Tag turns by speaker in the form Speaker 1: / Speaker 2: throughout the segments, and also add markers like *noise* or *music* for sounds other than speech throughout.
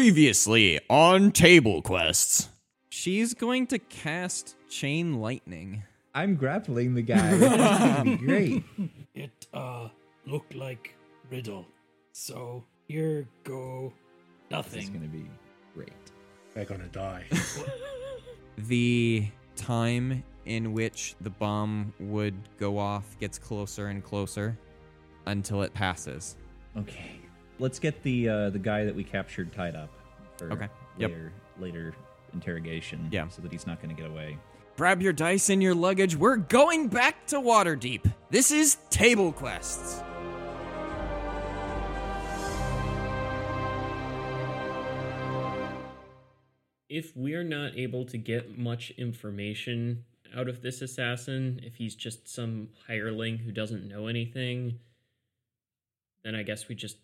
Speaker 1: Previously on Table Quests.
Speaker 2: She's going to cast chain lightning.
Speaker 3: I'm grappling the guy.
Speaker 4: *laughs*
Speaker 3: This is gonna be great.
Speaker 5: It uh looked like riddle. So here go
Speaker 3: This is
Speaker 5: nothing.
Speaker 3: gonna be great.
Speaker 6: They're gonna die.
Speaker 2: The time in which the bomb would go off gets closer and closer until it passes.
Speaker 3: Okay. Let's get the uh, the guy that we captured tied up for
Speaker 2: Okay. Yep.
Speaker 3: later later interrogation.
Speaker 2: Yeah.
Speaker 3: So that he's not gonna get away.
Speaker 2: Grab your dice and your luggage. We're going back to Waterdeep. This is Table Quests.
Speaker 7: if we're not able to get much information out of this assassin, if he's just some hireling who doesn't know anything, then I guess we just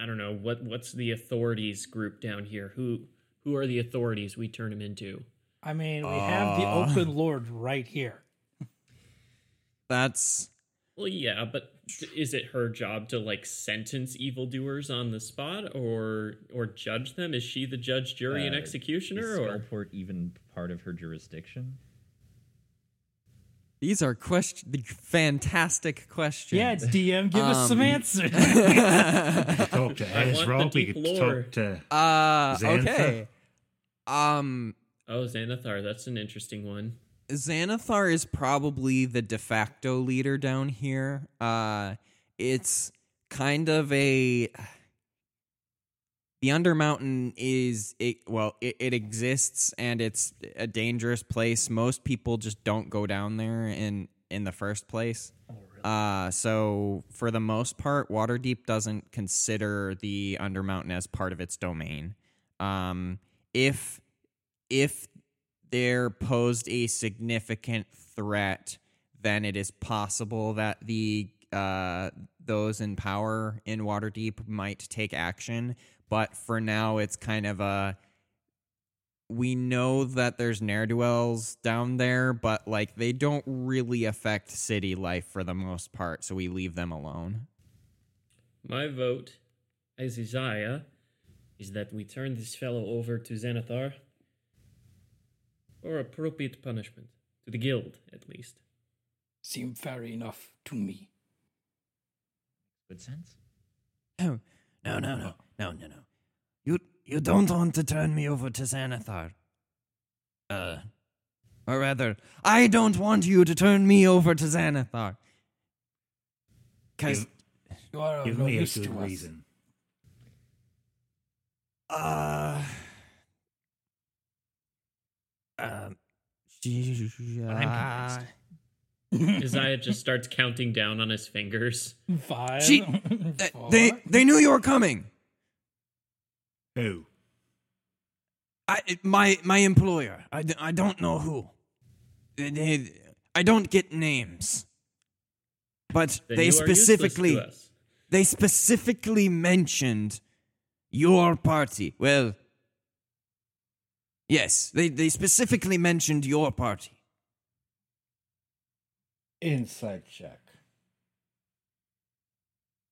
Speaker 7: I don't know what what's the authorities group down here? Who who are the authorities we turn him into?
Speaker 5: I mean, we
Speaker 6: Ah.
Speaker 5: have the
Speaker 2: Uh.
Speaker 5: open lord right here.
Speaker 2: That's
Speaker 7: Well, yeah, but is it her job to like sentence evildoers on the spot or or judge them? Is she the judge, jury, and
Speaker 3: Uh,
Speaker 7: executioner?
Speaker 3: Is
Speaker 7: Or
Speaker 3: Skullport even part of her jurisdiction?
Speaker 2: these are question the fantastic questions.
Speaker 5: Yeah,
Speaker 6: *laughs*
Speaker 5: DM, give us some
Speaker 2: Um,
Speaker 5: answers.
Speaker 6: talk to
Speaker 7: I want the
Speaker 6: Ezrock. We
Speaker 7: deep
Speaker 6: could
Speaker 7: lore.
Speaker 6: talk to.
Speaker 2: Uh
Speaker 6: Xantha?
Speaker 2: okay. Um
Speaker 7: oh, Xanathar, that's an interesting one.
Speaker 2: Xanathar is probably the de facto leader down here. Uh, it's kind of a. The Undermountain is it, well, it, it exists and it's a dangerous place. Most people just don't go down there in in the first place. Uh, so for the most part, Waterdeep doesn't consider the Undermountain as part of its domain. Um, if if there posed a significant threat, then it is possible that the uh, those in power in Waterdeep might take action. But for now, it's kind of a we know that there's ne'er do wells down there, but like they don't really affect city life for the most part, so we leave them alone.
Speaker 7: My vote, as Isaiah, is that we turn this fellow over to Xanathar for appropriate punishment. To the guild,
Speaker 2: *laughs*
Speaker 7: at least.
Speaker 5: Seem fair enough to me.
Speaker 3: Good sense.
Speaker 2: No, no, no, no, no, no, no. You you don't want to turn me over to Xanathar. Uh, or rather, I don't want you to turn me over to Xanathar. Cause,
Speaker 6: Give,
Speaker 5: You are of
Speaker 6: give
Speaker 5: no
Speaker 6: me a
Speaker 5: use
Speaker 6: good
Speaker 5: to us.
Speaker 6: reason.
Speaker 2: uh, uh,
Speaker 3: I'm convinced.
Speaker 7: Isaiah just starts counting down on his fingers.
Speaker 5: Five. *laughs*
Speaker 2: She- uh,
Speaker 5: four.
Speaker 2: they they knew you were coming.
Speaker 6: Who?
Speaker 2: I, it- my my employer. I, d- I don't know who. They- they- I don't get names. But
Speaker 7: Then
Speaker 2: they
Speaker 7: you are useless to
Speaker 2: specifically
Speaker 7: us.
Speaker 2: they specifically mentioned your party. Well, yes, they they specifically mentioned your party.
Speaker 8: Inside check.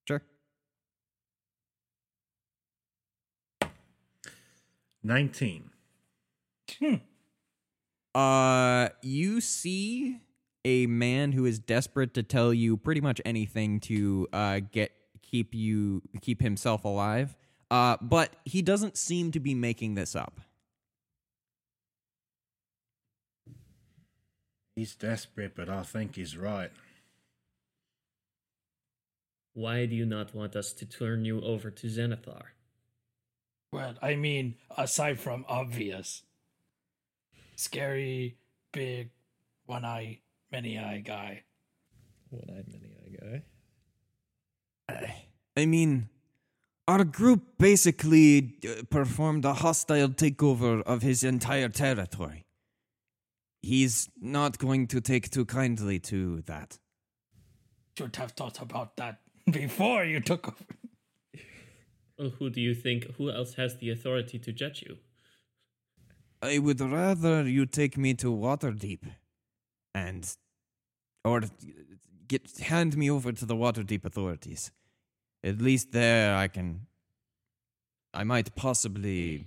Speaker 2: Sure.
Speaker 6: 19.
Speaker 2: Uh, you see a man who is desperate to tell you pretty much anything to uh get keep you keep himself alive. Uh, but he doesn't seem to be making this up. *sighs*
Speaker 6: He's desperate, but I think he's right.
Speaker 7: Why do you not want us to turn you over to Xanathar?
Speaker 5: Well, I mean, aside from obvious, scary, big, one eye, many eye guy.
Speaker 3: One-eyed mini-eyed guy.
Speaker 2: I mean, our group basically uh, performed a hostile takeover of his entire territory. He's not going to take too kindly to that.
Speaker 5: Should have thought about that *laughs* before you took over.
Speaker 7: Well, who do you think? Who else has the authority to judge you?
Speaker 2: I would rather you take me to Waterdeep and. or get, hand me over to the Waterdeep authorities. At least there I can I might possibly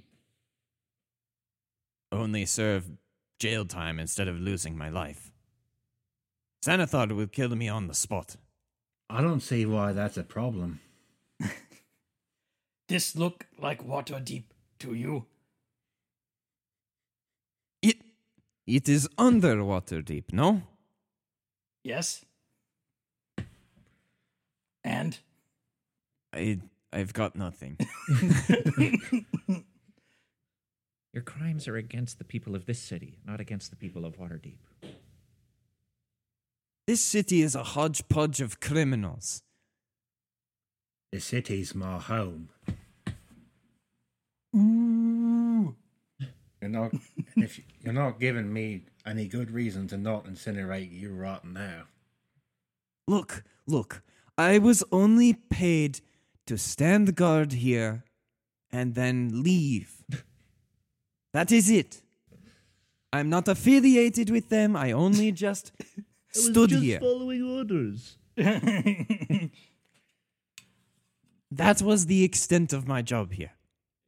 Speaker 2: only serve jail time instead of losing my life. Xanathar will kill me on the spot.
Speaker 6: I don't see why that's a problem.
Speaker 5: This look like water deep to you.
Speaker 2: It it is underwater deep, no?
Speaker 5: Yes. And
Speaker 2: I I've got nothing.
Speaker 4: Your crimes are against the people of this city, not against the people of Waterdeep.
Speaker 2: this city is a hodgepodge of criminals.
Speaker 6: The city's my home. You're not, *laughs* and if you- you're not giving me any good reason to not incinerate you right now.
Speaker 2: Look, look, I was only paid to stand guard here and then leave. that is it. I'm not affiliated with them. I only just stood here.
Speaker 4: following orders.
Speaker 2: that was the extent of my job here.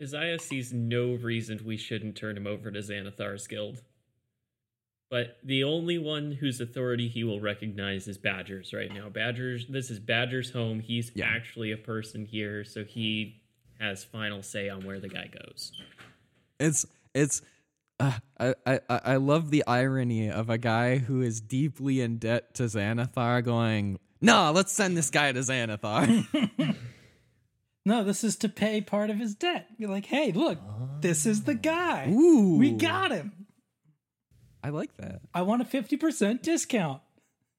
Speaker 7: Isaiah sees no reason we shouldn't turn him over to Xanathar's guild. But the only one whose authority he will recognize is Badgers right now. Badgers, this is Badger's home. He's
Speaker 2: Yeah.
Speaker 7: actually a person here, so he has final say on where the guy goes.
Speaker 2: It's it's uh, I, I I I love the irony of a guy who is deeply in debt to Xanathar going, "Nah, let's send this guy to Xanathar."
Speaker 5: *laughs* no, this is to pay part of his debt. You're like, hey, look, this is the guy.
Speaker 2: Ooh,
Speaker 5: We got him.
Speaker 2: I like that.
Speaker 5: I want a 50% discount.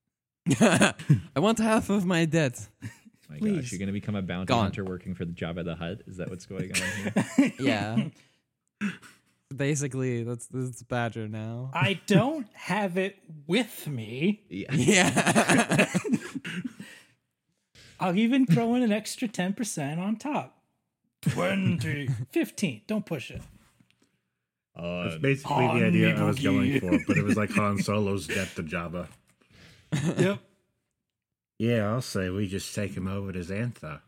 Speaker 2: *laughs* I want half of my debt.
Speaker 4: Oh My
Speaker 5: Please.
Speaker 4: gosh, you're going to become a bounty
Speaker 2: Gone.
Speaker 4: hunter working for the Jabba the Hutt? Is that what's going on
Speaker 2: *laughs*
Speaker 4: here?
Speaker 2: Yeah. Basically, that's that's Badger *laughs* now.
Speaker 5: I don't have it with me.
Speaker 4: yeah.
Speaker 2: yeah.
Speaker 5: I'll even throw in an extra 10% on top. 20. 15. Don't push it.
Speaker 6: That's
Speaker 4: Uh,
Speaker 6: basically the idea I was going for, but it was like Han Solo's death to Java.
Speaker 5: Yep.
Speaker 6: Yeah, I'll say we just take him over to Xantha.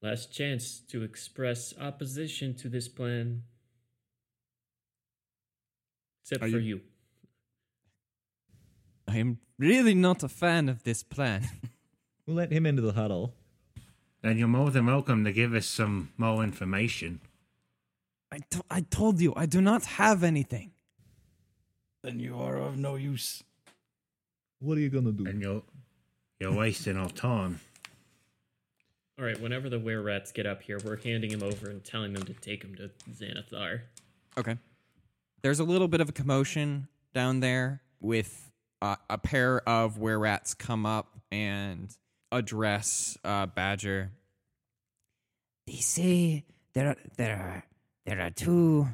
Speaker 7: Last chance to express opposition to this plan. Except
Speaker 2: Are
Speaker 7: for
Speaker 2: you-
Speaker 7: you.
Speaker 2: I am really not a fan of this plan.
Speaker 4: We'll let him into the huddle.
Speaker 6: And you're more than welcome to give us some more information.
Speaker 2: I, to- I told you, I do not have anything.
Speaker 5: Then you are of no use.
Speaker 4: What are you going to do?
Speaker 6: And you're you're wasting our time.
Speaker 7: All right, whenever the were rats get up here, we're handing him over and telling them to take him to Xanathar.
Speaker 2: Okay. There's a little bit of a commotion down there with uh, a pair of were rats come up and address uh, Badger.
Speaker 9: They say there are there are there are two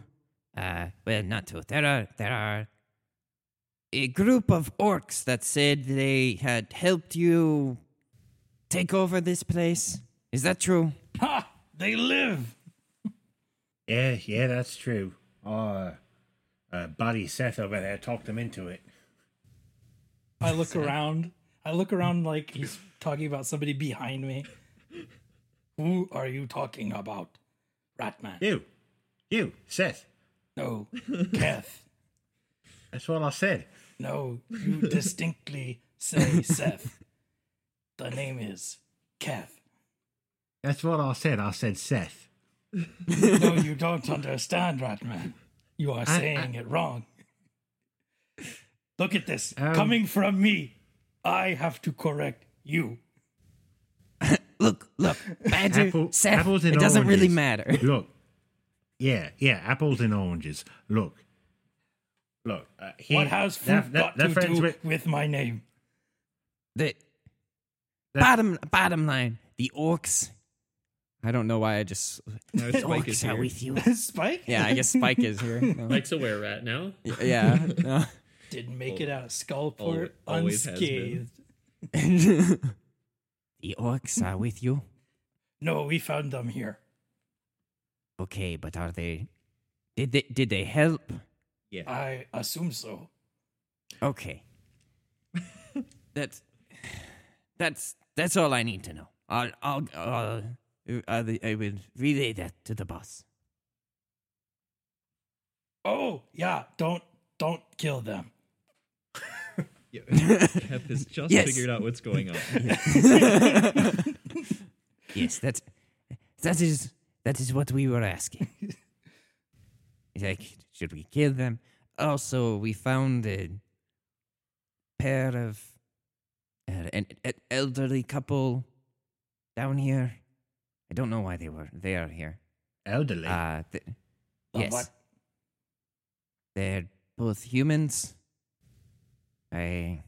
Speaker 9: uh well not two there are there are
Speaker 2: A group of orcs that said they had helped you take over this place. Is that true?
Speaker 5: Ha! They live!
Speaker 6: Yeah, yeah, that's true. Our uh, buddy Seth over there talked him into it.
Speaker 5: I look around. I look around like he's talking about somebody behind me. Who are you talking about? Ratman.
Speaker 6: You, you, Seth.
Speaker 5: No. Keth.
Speaker 6: That's what I said.
Speaker 5: No.
Speaker 6: *laughs*
Speaker 5: You distinctly say Seth. The name is
Speaker 6: *laughs*
Speaker 5: Keth.
Speaker 6: That's what I said. I said Seth.
Speaker 5: No, you don't understand, Ratman. You are saying it wrong. Look at this.
Speaker 6: Um,
Speaker 5: Coming from me, I have to correct you.
Speaker 2: Look, look, Badger,
Speaker 6: Apple-
Speaker 2: Seth,
Speaker 6: apples and
Speaker 2: it doesn't really
Speaker 6: oranges.
Speaker 2: matter. *laughs*
Speaker 6: Look, yeah, yeah, apples and oranges. Look, look. Uh, he,
Speaker 5: what has food
Speaker 6: they're- they're-
Speaker 5: got
Speaker 6: they're
Speaker 5: to
Speaker 6: friends
Speaker 5: do
Speaker 6: with-
Speaker 5: with, my name?
Speaker 2: The
Speaker 6: That-
Speaker 2: bottom bottom line, the orcs. I don't know why I just
Speaker 9: *laughs*
Speaker 4: Spike is here.
Speaker 9: with
Speaker 4: *laughs*
Speaker 9: you
Speaker 5: Spike?
Speaker 2: yeah. I guess Spike is here. No.
Speaker 7: Mike's a were rat now.
Speaker 2: Y- yeah.
Speaker 4: *laughs*
Speaker 2: no.
Speaker 5: Didn't make it out of Skullport
Speaker 4: Alwa- always has been.
Speaker 5: unscathed.
Speaker 9: *laughs* the orcs are with you
Speaker 5: No, we found them here.
Speaker 9: okay but are they did they did they help
Speaker 4: Yeah.
Speaker 5: I assume so.
Speaker 4: *laughs*
Speaker 9: okay that's that's that's all I need to know I'll I'll, I'll uh, the- I will relay that to the boss. *laughs*
Speaker 5: Oh yeah, don't don't kill them.
Speaker 3: *laughs*
Speaker 7: Kep has just
Speaker 9: Yes.
Speaker 7: figured out what's
Speaker 2: *laughs*
Speaker 7: going on.
Speaker 9: Yes, that's that is that is what we were asking. *laughs* He's like, should we kill them? Also, we found a pair of uh, an, an elderly couple down here. I don't know why they were they are here.
Speaker 6: Elderly.
Speaker 9: Uh, th-
Speaker 5: The
Speaker 9: yes,
Speaker 5: what?
Speaker 9: they're both humans. I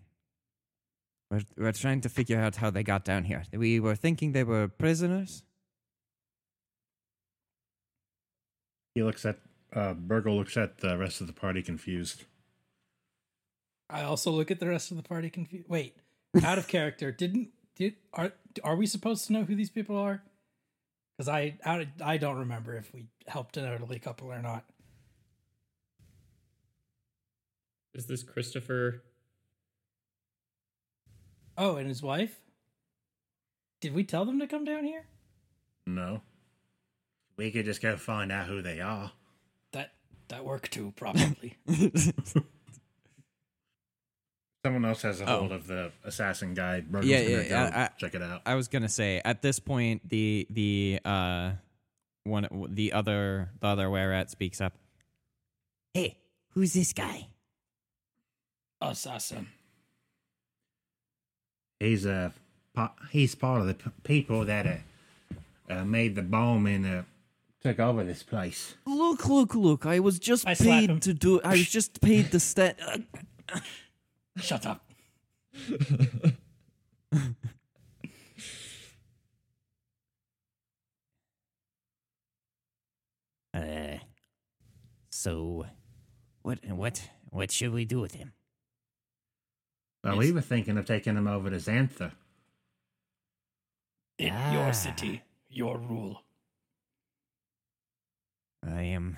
Speaker 9: we're, we're trying to figure out how they got down here. We were thinking they were prisoners.
Speaker 6: he looks at uh, Burgle looks at the rest of the party confused.
Speaker 5: I also look at the rest of the party confused. Wait, out of character. Didn't did are are we supposed to know who these people are? Because I out of- I don't remember if we helped an elderly couple or not.
Speaker 7: Is this Christopher?
Speaker 5: Oh, and his wife. Did we tell them to come down here?
Speaker 6: No. We could just go find out who they are.
Speaker 5: That that worked too probably.
Speaker 6: Someone else has a
Speaker 2: Oh.
Speaker 6: hold of the assassin guy. Burgle's
Speaker 2: Yeah,
Speaker 6: gonna
Speaker 2: yeah,
Speaker 6: go
Speaker 2: I- I-
Speaker 6: check it out.
Speaker 2: I was gonna say at this point the the uh one the other the other wereat speaks up.
Speaker 9: Hey, who's this guy?
Speaker 5: Assassin.
Speaker 6: he's a pa- he's part of the p- people that uh, uh, made the bomb and uh, took over this place.
Speaker 1: Look, look, look. I was just
Speaker 5: I slap him.
Speaker 1: paid to do I was just paid to stand. Uh,
Speaker 5: Shut up.
Speaker 9: Uh, so, what, what, what should we do with him?
Speaker 6: Well, we were thinking of taking him over to Xantha.
Speaker 5: In
Speaker 9: Ah.
Speaker 5: your city, your rule.
Speaker 9: I am.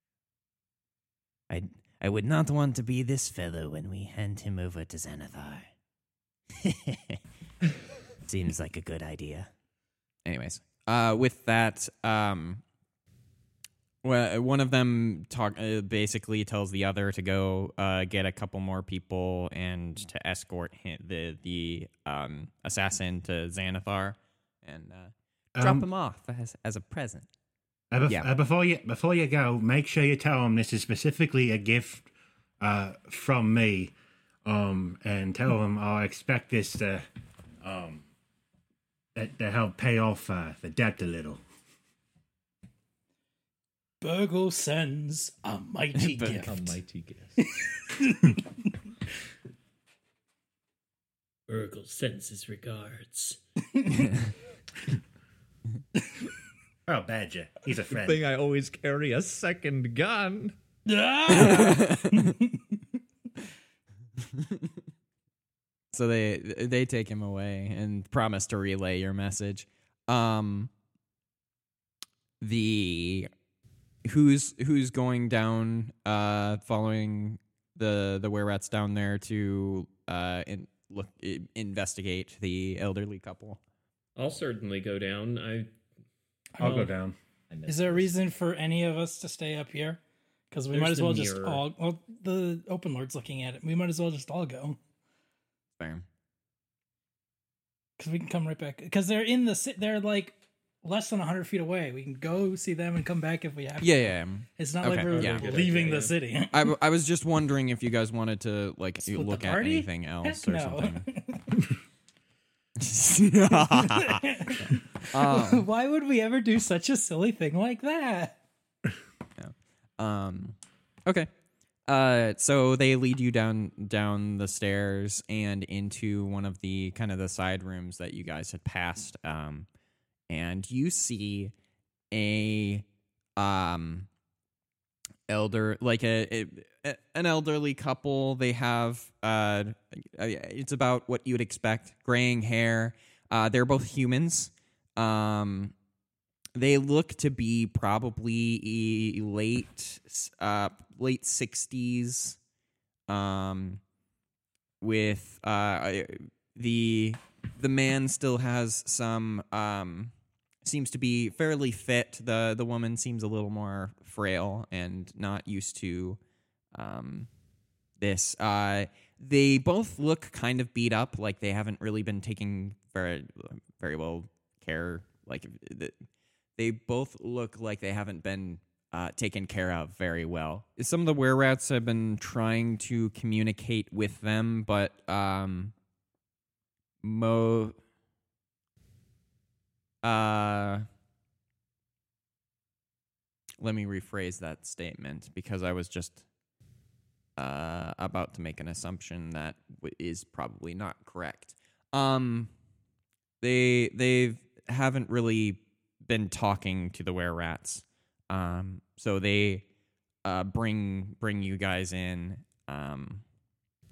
Speaker 9: *laughs* I I would not want to be this fellow when we hand him over to Xanathar. *laughs* Seems like a good idea.
Speaker 2: Anyways, uh, with that, um, well, one of them talk uh, basically tells the other to go uh, get a couple more people and to escort him, the the um, assassin to Xanathar and uh, drop
Speaker 6: Um,
Speaker 2: him off as as a present.
Speaker 6: Uh, bef-
Speaker 2: Yeah.
Speaker 6: uh, before you before you go, make sure you tell him this is specifically a gift uh, from me, um, and tell him I expect this to um, that to help pay off uh, the debt a little.
Speaker 5: Burgle sends a *laughs* mighty
Speaker 2: Burgle.
Speaker 5: gift.
Speaker 7: A mighty
Speaker 2: *laughs*
Speaker 7: guess. Urgle sends his regards.
Speaker 6: Oh, Badger, he's a friend.
Speaker 4: I always carry a second gun.
Speaker 5: Ah!
Speaker 2: So they they take him away and promise to relay your message. Um the who's who's going down uh following the the were rats down there to uh in, look i- investigate the elderly couple.
Speaker 7: I'll certainly go down. I
Speaker 6: I'll go down.
Speaker 5: Is there a reason for any of us to stay up here? Because we might
Speaker 7: There's
Speaker 5: as
Speaker 7: the
Speaker 5: well just
Speaker 7: mirror.
Speaker 5: all. Well, the open lord's looking at it. We might as well just all go
Speaker 2: Fair.
Speaker 5: because we can come right back. Because they're in the. ci- They're like less than hundred feet away. We can go see them and come back if we have. to.
Speaker 2: Yeah, yeah.
Speaker 5: It's not like
Speaker 2: Okay,
Speaker 5: we're
Speaker 2: yeah.
Speaker 7: Good
Speaker 5: leaving
Speaker 7: idea,
Speaker 5: the city. *laughs*
Speaker 2: I, w- I was just wondering if you guys wanted to like
Speaker 5: Split the
Speaker 2: look at
Speaker 5: party?
Speaker 2: anything else
Speaker 5: Heck
Speaker 2: or
Speaker 5: no.
Speaker 2: something.
Speaker 5: *laughs*
Speaker 2: *laughs* um,
Speaker 5: *laughs* Why would we ever do such a silly thing like that?
Speaker 2: Um, okay. Uh, so they lead you down down the stairs and into one of the kind of the side rooms that you guys had passed. Um, and you see a um elder like a, a an elderly couple they have uh it's about what you'd expect graying hair uh they're both humans um they look to be probably e- late uh late 60s um with uh the the man still has some um seems to be fairly fit. The the woman seems a little more frail and not used to um this. Uh they both look kind of beat up like they haven't really been taking very very well care like th- they both look like they haven't been uh, taken care of very well. Some of the were rats have been trying to communicate with them, but um, mo uh let me rephrase that statement because I was just uh about to make an assumption that w- is probably not correct. Um they they haven't really been talking to the were rats. Um so they uh bring bring you guys in um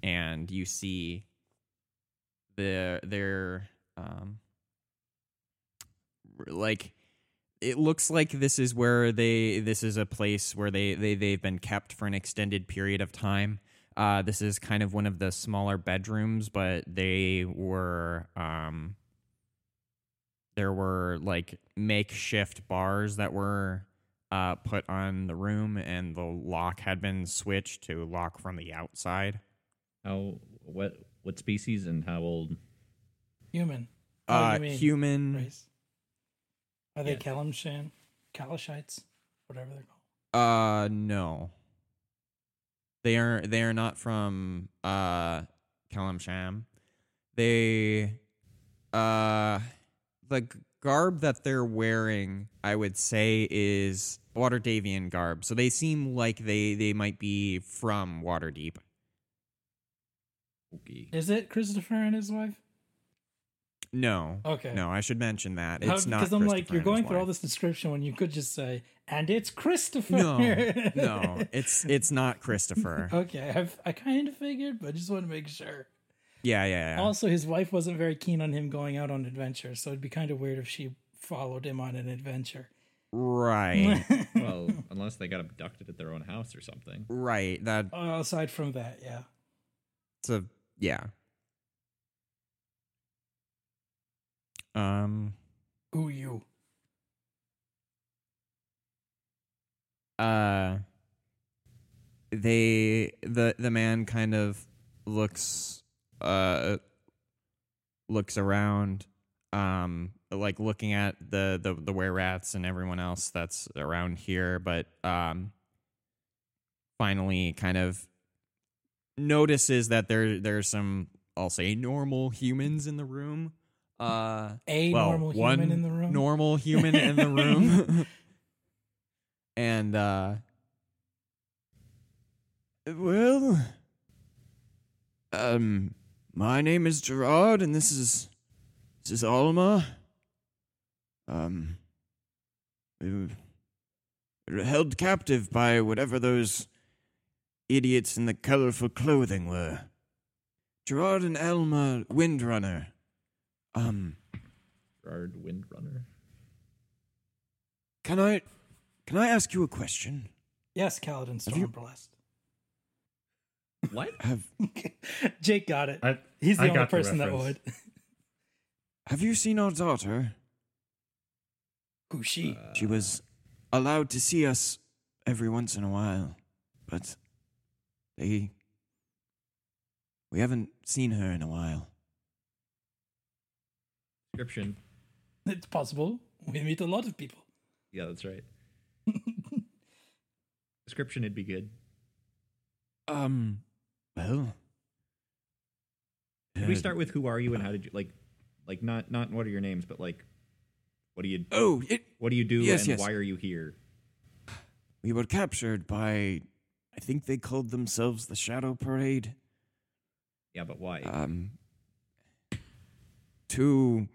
Speaker 2: and you see their their um r- like it looks like this is where they this is a place where they they they've been kept for an extended period of time. Uh this is kind of one of the smaller bedrooms, but they were um there were like makeshift bars that were uh put on the room and the lock had been switched to lock from the outside.
Speaker 3: How what what species and how old?
Speaker 5: Human. Oh, you
Speaker 2: Uh
Speaker 5: mean
Speaker 2: human
Speaker 5: race. Are they
Speaker 3: Yeah.
Speaker 5: Kalimshan? Kalishites? Whatever they're
Speaker 2: Uh
Speaker 5: called.
Speaker 2: no. They are they are not from uh Kalim Sham. They uh the g- garb that they're wearing, I would say is Waterdavian garb. So they seem like they they might be from Waterdeep.
Speaker 3: Okay.
Speaker 5: Is it Christopher and his wife?
Speaker 2: No.
Speaker 5: Okay.
Speaker 2: No, I should mention that. It's not
Speaker 5: Because I'm like,
Speaker 2: Christopher
Speaker 5: you're
Speaker 2: and his
Speaker 5: going through all
Speaker 2: wife.
Speaker 5: this description when you could just say, and it's Christopher. *laughs*
Speaker 2: No. No, it's it's not Christopher.
Speaker 5: okay. I've, I kind of figured, but I just want to make sure.
Speaker 2: Yeah, yeah, yeah.
Speaker 5: Also, his wife wasn't very keen on him going out on adventures, so it'd be kind of weird if she followed him on an adventure. *laughs*
Speaker 2: right.
Speaker 3: well,
Speaker 2: *laughs*
Speaker 3: unless they got abducted at their own house or something.
Speaker 2: Right. That
Speaker 5: Uh, aside from that, yeah.
Speaker 2: It's a yeah. Um.
Speaker 5: Ooh, you.
Speaker 2: Uh. They the the man kind of looks uh looks around um like looking at the the the were rats and everyone else that's around here but um finally kind of notices that there there's some I'll say normal humans in the room uh
Speaker 5: A
Speaker 2: well,
Speaker 5: normal
Speaker 2: one
Speaker 5: human in the room.
Speaker 2: normal human in the room.
Speaker 5: *laughs*
Speaker 2: and uh well um my name is Gerard and this is this is Alma. Um we were- we were held captive by whatever those idiots in the colorful clothing were. Gerard and Alma Windrunner. Um
Speaker 3: Gerard Windrunner.
Speaker 2: Can I can I ask you a question?
Speaker 5: Yes, Kaladin
Speaker 2: Have you-
Speaker 5: Stormblast.
Speaker 3: What?
Speaker 2: Have
Speaker 5: *laughs* Jake got it.
Speaker 6: I,
Speaker 5: He's the
Speaker 6: I
Speaker 5: only
Speaker 6: got the
Speaker 5: person that would. *laughs*
Speaker 6: reference.
Speaker 2: have you seen our daughter?
Speaker 5: Who's she?
Speaker 2: She was allowed to see us every once in a while, but they we haven't seen her in a while.
Speaker 3: Description.
Speaker 5: it's possible. We meet a lot of people. *laughs*
Speaker 3: Yeah, that's
Speaker 2: *laughs*
Speaker 3: right. Description would be good.
Speaker 2: Um well
Speaker 3: Can we start with who are you and how did you like like not not what are your names, but like what do you
Speaker 2: Oh, it,
Speaker 3: what do you do
Speaker 2: Yes,
Speaker 3: and
Speaker 2: yes.
Speaker 3: why are you here?
Speaker 2: we were captured by I think they called themselves the Shadow Parade.
Speaker 3: Yeah, but why?
Speaker 2: um, to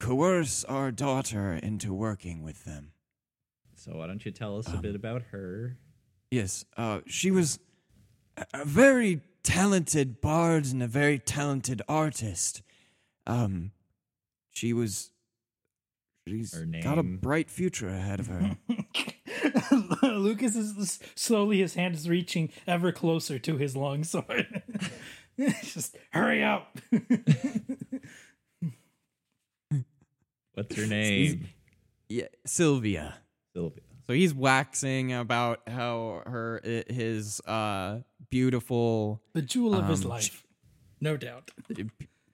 Speaker 2: coerce our daughter into working with them.
Speaker 3: so why don't you tell us a
Speaker 5: Um,
Speaker 3: bit about her?
Speaker 2: Yes, uh, she was a, a very talented bard and a very talented artist. Um, she was. She's
Speaker 3: Her
Speaker 2: got a
Speaker 3: name.
Speaker 2: bright future ahead of her.
Speaker 5: Lucas is slowly his hand is reaching ever closer to his long sword. *laughs* Just hurry up. *laughs*
Speaker 3: What's
Speaker 5: *laughs*
Speaker 3: your name?
Speaker 2: *laughs* Yeah, Sylvia.
Speaker 3: Sylvia.
Speaker 2: So he's waxing about how her i- his uh beautiful
Speaker 5: the jewel of his
Speaker 2: Um,
Speaker 5: life, no doubt.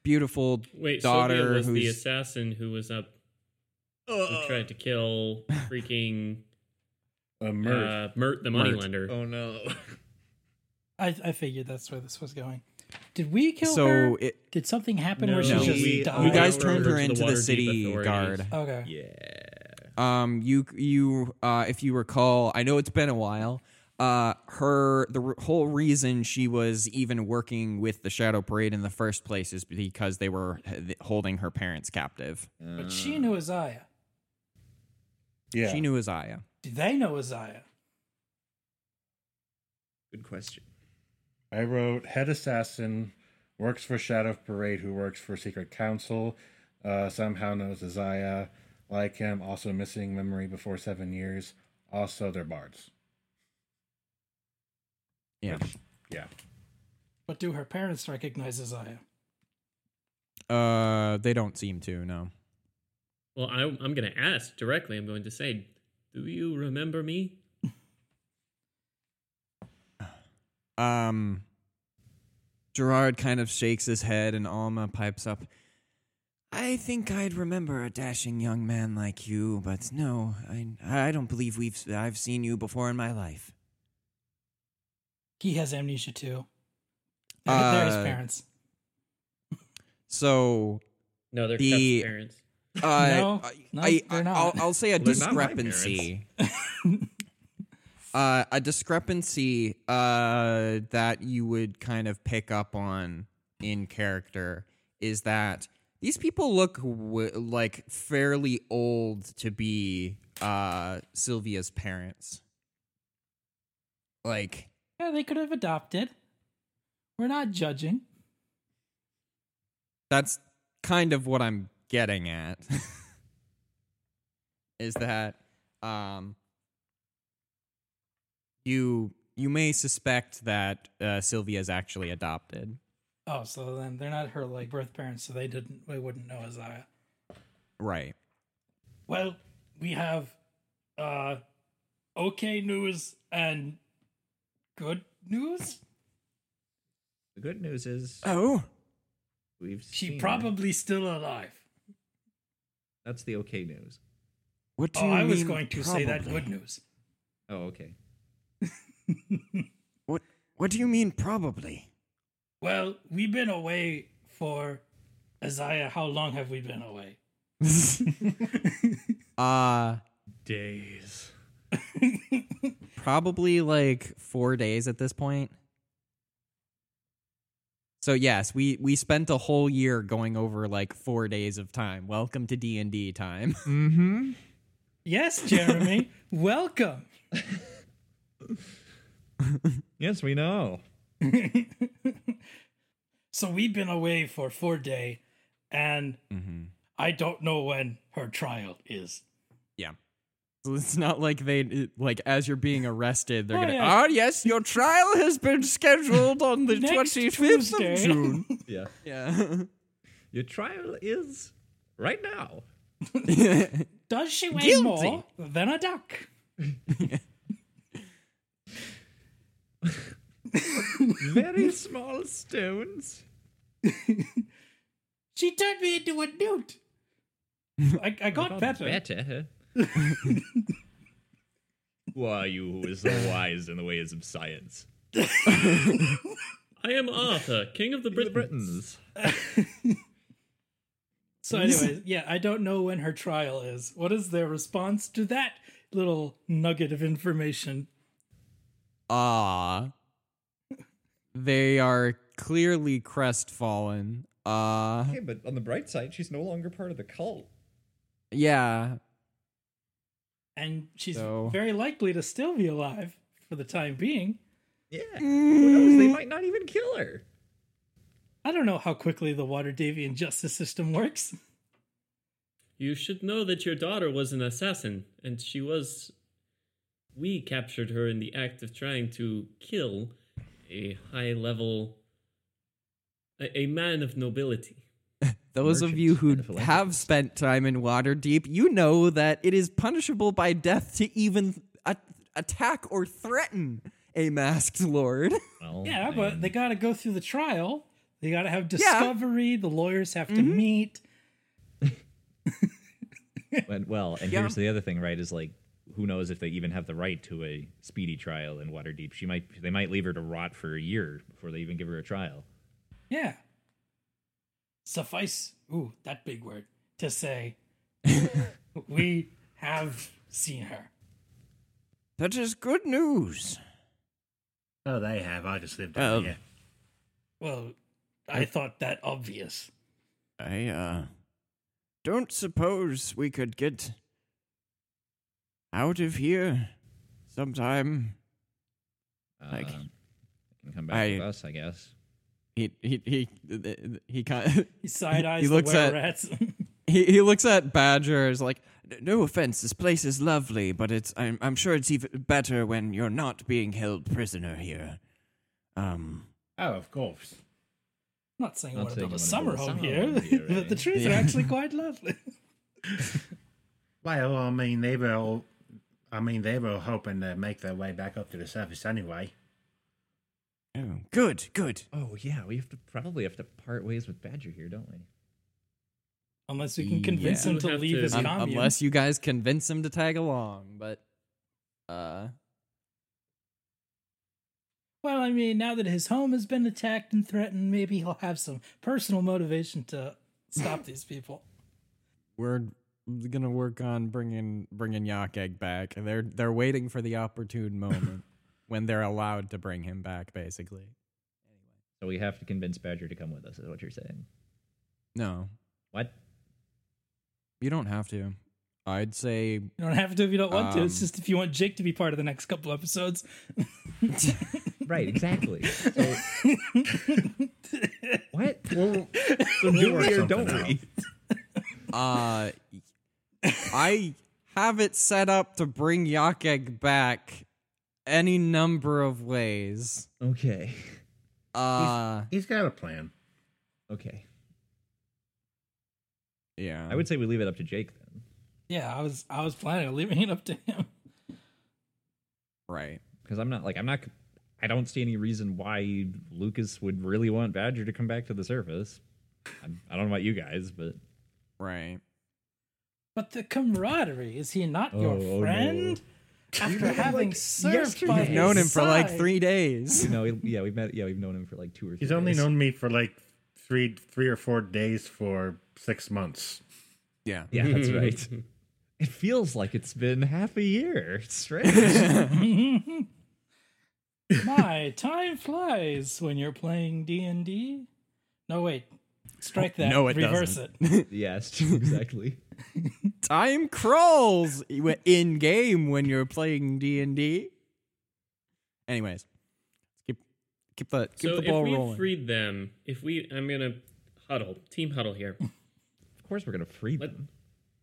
Speaker 2: beautiful
Speaker 7: Wait, Sylvia
Speaker 2: daughter
Speaker 7: was the
Speaker 2: who's
Speaker 7: assassin who was up, who tried to
Speaker 2: *laughs*
Speaker 7: kill freaking
Speaker 6: A merc.
Speaker 7: uh, Mert the moneylender.
Speaker 3: Oh no.
Speaker 5: I, I figured that's where this was going. Did we kill her?
Speaker 2: so it,
Speaker 5: Did something happen
Speaker 7: No,
Speaker 5: where she
Speaker 2: No.
Speaker 5: just
Speaker 3: we-
Speaker 5: died?
Speaker 2: you guys
Speaker 7: Over
Speaker 2: turned
Speaker 7: to
Speaker 2: her
Speaker 7: the
Speaker 2: into the,
Speaker 7: Waterdeep
Speaker 2: city
Speaker 7: authorities.
Speaker 2: guard.
Speaker 5: Okay.
Speaker 3: Yeah.
Speaker 2: Um, you you uh, if you recall, I know it's been a while. Uh, her the r- whole reason she was even working with the Shadow Parade in the first place is because they were h- holding her parents captive.
Speaker 4: Uh,
Speaker 5: But she knew Isaiah.
Speaker 6: yeah.
Speaker 2: She knew Isaiah.
Speaker 5: Do they know Isaiah?
Speaker 4: Good question.
Speaker 6: I wrote head assassin works for Shadow Parade, who works for Secret Council. Uh, somehow knows Isaiah, like him, also missing memory before seven years. Also, they're bards.
Speaker 2: Yeah.
Speaker 6: Yeah,
Speaker 5: But do her parents recognize Isaiah?
Speaker 2: Uh, they don't seem to. No.
Speaker 7: Well, I, I'm going to ask directly. I'm going to say, "Do you remember me?"
Speaker 2: Um, Gerard kind of shakes his head, and Alma pipes up.
Speaker 9: I think I'd remember a dashing young man like you, but no, I, I don't believe we've I've seen you before in my life.
Speaker 5: He has amnesia too. They're, they're his
Speaker 2: Uh,
Speaker 5: parents.
Speaker 2: So,
Speaker 7: No, they're
Speaker 2: The-
Speaker 7: Kef's parents.
Speaker 2: uh,
Speaker 5: No,
Speaker 2: I,
Speaker 5: no,
Speaker 2: I,
Speaker 5: they're not.
Speaker 2: I'll, I'll say a
Speaker 3: Well, they're not my
Speaker 2: discrepancy. *laughs* uh, a discrepancy uh, that you would kind of pick up on in character is that these people look w- like fairly old to be uh, Sylvia's parents. Like,
Speaker 5: Yeah, they could have adopted. We're not judging.
Speaker 2: that's kind of what I'm getting at. *laughs* is that um you you may suspect that uh, Sylvia is actually adopted.
Speaker 5: Oh, so then they're not her like birth parents, so they didn't. They wouldn't know Isaiah.
Speaker 2: Right.
Speaker 5: Well, we have uh okay news and good news.
Speaker 4: The good news is
Speaker 2: Oh.
Speaker 4: we've
Speaker 5: She
Speaker 4: seen
Speaker 2: Hmm.
Speaker 4: her.
Speaker 5: probably still alive.
Speaker 4: That's the okay news.
Speaker 2: What do
Speaker 5: Oh,
Speaker 2: you
Speaker 5: I was
Speaker 2: mean,
Speaker 5: going to say that
Speaker 2: probably?
Speaker 5: good news.
Speaker 4: Oh, okay.
Speaker 9: What What do you mean probably?
Speaker 5: Well, we've been away for Isaiah. How long have we been away?
Speaker 2: *laughs* Uh
Speaker 3: Days.
Speaker 2: probably like 4 days at this point. So yes, we we spent a whole year going over like 4 days of time. Welcome to D&D time.
Speaker 4: Mm-hmm.
Speaker 5: Yes, Jeremy. *laughs* welcome.
Speaker 4: Yes, we know.
Speaker 5: so we've been away for four day, and
Speaker 2: mm-hmm.
Speaker 5: I don't know when her trial is.
Speaker 2: So it's not like they it- like as you're being arrested, they're
Speaker 5: Oh,
Speaker 2: gonna.
Speaker 5: yeah.
Speaker 2: Ah, yes, your trial has been scheduled on the
Speaker 5: Next
Speaker 2: twenty fifth
Speaker 5: Tuesday."
Speaker 2: of June.
Speaker 4: Yeah.
Speaker 2: *laughs* yeah. *laughs*
Speaker 4: Your trial is right now.
Speaker 5: *laughs* Does she weigh
Speaker 2: Guilty.
Speaker 5: more than a duck? *laughs*
Speaker 4: Very small stones.
Speaker 5: She turned me into a newt. I, I got better. *laughs*
Speaker 4: Better.
Speaker 3: Who are you who is so wise in the ways of science?
Speaker 7: I am Arthur, King of the
Speaker 4: The
Speaker 7: Britons.
Speaker 4: Britons.
Speaker 5: So, anyways, yeah, I don't know when her trial is. What is their response to that little nugget of information?
Speaker 2: Ah. they are clearly crestfallen. Uh
Speaker 4: Okay, but on the bright side, she's no longer part of the cult.
Speaker 2: yeah.
Speaker 5: And she's
Speaker 2: So-
Speaker 5: very likely to still be alive for the time being.
Speaker 4: Yeah. Who knows? They might not even kill her.
Speaker 5: I don't know how quickly the Waterdavian justice system works.
Speaker 7: You should know that your daughter was an assassin, and she was. We captured her in the act of trying to kill a high level a, a man of nobility.
Speaker 2: Those of you who have spent time in Waterdeep, you know that it is punishable by death to even a- attack or threaten a masked lord. *laughs*
Speaker 4: Well,
Speaker 5: Yeah,
Speaker 4: I
Speaker 5: but
Speaker 4: mean,
Speaker 5: they got to go through the trial. They got to have discovery. The lawyers have
Speaker 3: Mm-hmm.
Speaker 5: to meet.
Speaker 3: And, well, and here's the other thing, right? Is like, who knows if they even have the right to a speedy trial in Waterdeep? She might, they might leave her to rot for a year before they even give her a trial.
Speaker 5: Yeah. Suffice, ooh, that big word, to say *laughs* we have seen her.
Speaker 9: That is good news.
Speaker 6: Oh, they have. I just lived
Speaker 1: Well,
Speaker 6: over here.
Speaker 5: Well, I thought that obvious.
Speaker 9: I, uh, don't suppose we could get out of here sometime.
Speaker 3: Uh,
Speaker 9: Like,
Speaker 3: they can come back
Speaker 2: I-
Speaker 3: with us, I guess.
Speaker 2: He he he he
Speaker 9: *laughs*
Speaker 2: he, kind
Speaker 5: He side eyes
Speaker 2: He
Speaker 5: the
Speaker 2: looks at-
Speaker 5: rats. *laughs*
Speaker 2: he, he looks at Badger as like
Speaker 9: N- No offense, this place is lovely, but it's I'm I'm sure it's even better when you're not being held prisoner here. Um,
Speaker 6: Oh, of course.
Speaker 5: not saying I
Speaker 3: Not
Speaker 5: want to
Speaker 3: saying you
Speaker 5: build a
Speaker 3: wanna
Speaker 5: summer
Speaker 3: build a
Speaker 5: home
Speaker 3: summer
Speaker 5: here,
Speaker 3: home here,
Speaker 5: *laughs* but
Speaker 3: right?
Speaker 5: the trees are actually quite lovely. *laughs*
Speaker 6: Well, I mean, they were all. I mean, they were hoping to make their way back up to the surface anyway.
Speaker 9: oh, good, good.
Speaker 4: oh yeah, we have to probably
Speaker 3: Probably have to part ways with Badger here, don't we?
Speaker 5: Unless we can convince
Speaker 7: Yeah.
Speaker 5: him to
Speaker 7: We'll have
Speaker 5: leave
Speaker 7: to-
Speaker 5: his
Speaker 7: Um,
Speaker 5: commune.
Speaker 2: unless you guys convince him to tag along, but uh
Speaker 5: Well, I mean, now that his home has been attacked and threatened, maybe he'll have some personal motivation to stop these people.
Speaker 2: we're gonna work on bringing bringing Yakeg back. They're they're waiting for the opportune *laughs* moment when they're allowed to bring him back. Basically,
Speaker 3: So we have to convince Badger to come with us, is what you're saying.
Speaker 2: no,
Speaker 3: What?
Speaker 2: you don't have to. I'd say
Speaker 5: You don't have to if you don't want to. It's
Speaker 2: Um,
Speaker 5: just if you want Jake to be part of the next couple episodes. *laughs*
Speaker 3: Right, exactly. so, what?
Speaker 6: Well,
Speaker 3: do we or don't we?
Speaker 2: *laughs* uh I have it set up to bring Yakeg back any number of ways.
Speaker 3: Okay.
Speaker 2: Uh
Speaker 6: He's got a plan.
Speaker 3: Okay.
Speaker 2: yeah.
Speaker 3: I would say we leave it up to Jake then.
Speaker 5: yeah, I was I was planning on leaving it up to him.
Speaker 2: right.
Speaker 3: Because I'm not like I'm not I don't see any reason why Lucas would really want Badger to come back to the surface. I'm, I don't know about you guys, but
Speaker 2: Right.
Speaker 5: But the camaraderie, is he not
Speaker 3: Oh,
Speaker 5: your
Speaker 3: oh, no.
Speaker 5: friend? After having served by
Speaker 2: I've known
Speaker 5: his
Speaker 2: him for like
Speaker 5: side.
Speaker 2: three days.
Speaker 3: you know, yeah, we've met, yeah, we've known him for like two or. Three
Speaker 6: He's only
Speaker 3: days.
Speaker 6: known me for like three, three or four days for six months.
Speaker 2: Yeah.
Speaker 3: *laughs* Yeah,
Speaker 7: *laughs*
Speaker 3: that's right. It feels like it's been half a year. It's strange.
Speaker 5: My time flies when you're playing D and D. No wait, strike that.
Speaker 2: Oh, no, it *laughs*
Speaker 5: reverse
Speaker 2: doesn't.
Speaker 5: it.
Speaker 3: yes, *laughs* exactly.
Speaker 2: Time crawls i- in game when you're playing D and D. Anyways, keep keep the keep
Speaker 7: so
Speaker 2: the ball
Speaker 7: if we
Speaker 2: rolling.
Speaker 7: freed them, if we, I'm gonna huddle, team huddle here.
Speaker 3: *laughs* Of course, we're gonna free
Speaker 7: Let-
Speaker 3: them.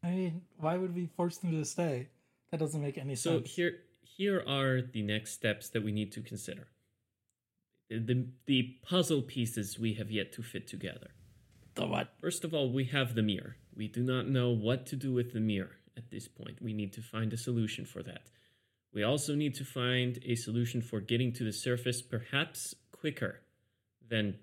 Speaker 5: I mean, why would we force them to stay? That doesn't make any
Speaker 7: So
Speaker 5: sense.
Speaker 7: here, here are the next steps that we need to consider. The the puzzle pieces we have yet to fit together.
Speaker 5: The what?
Speaker 7: First of all, we have the mirror. We do not know what to do with the mirror at this point. We need to find a solution for that. We also need to find a solution for getting to the surface perhaps quicker than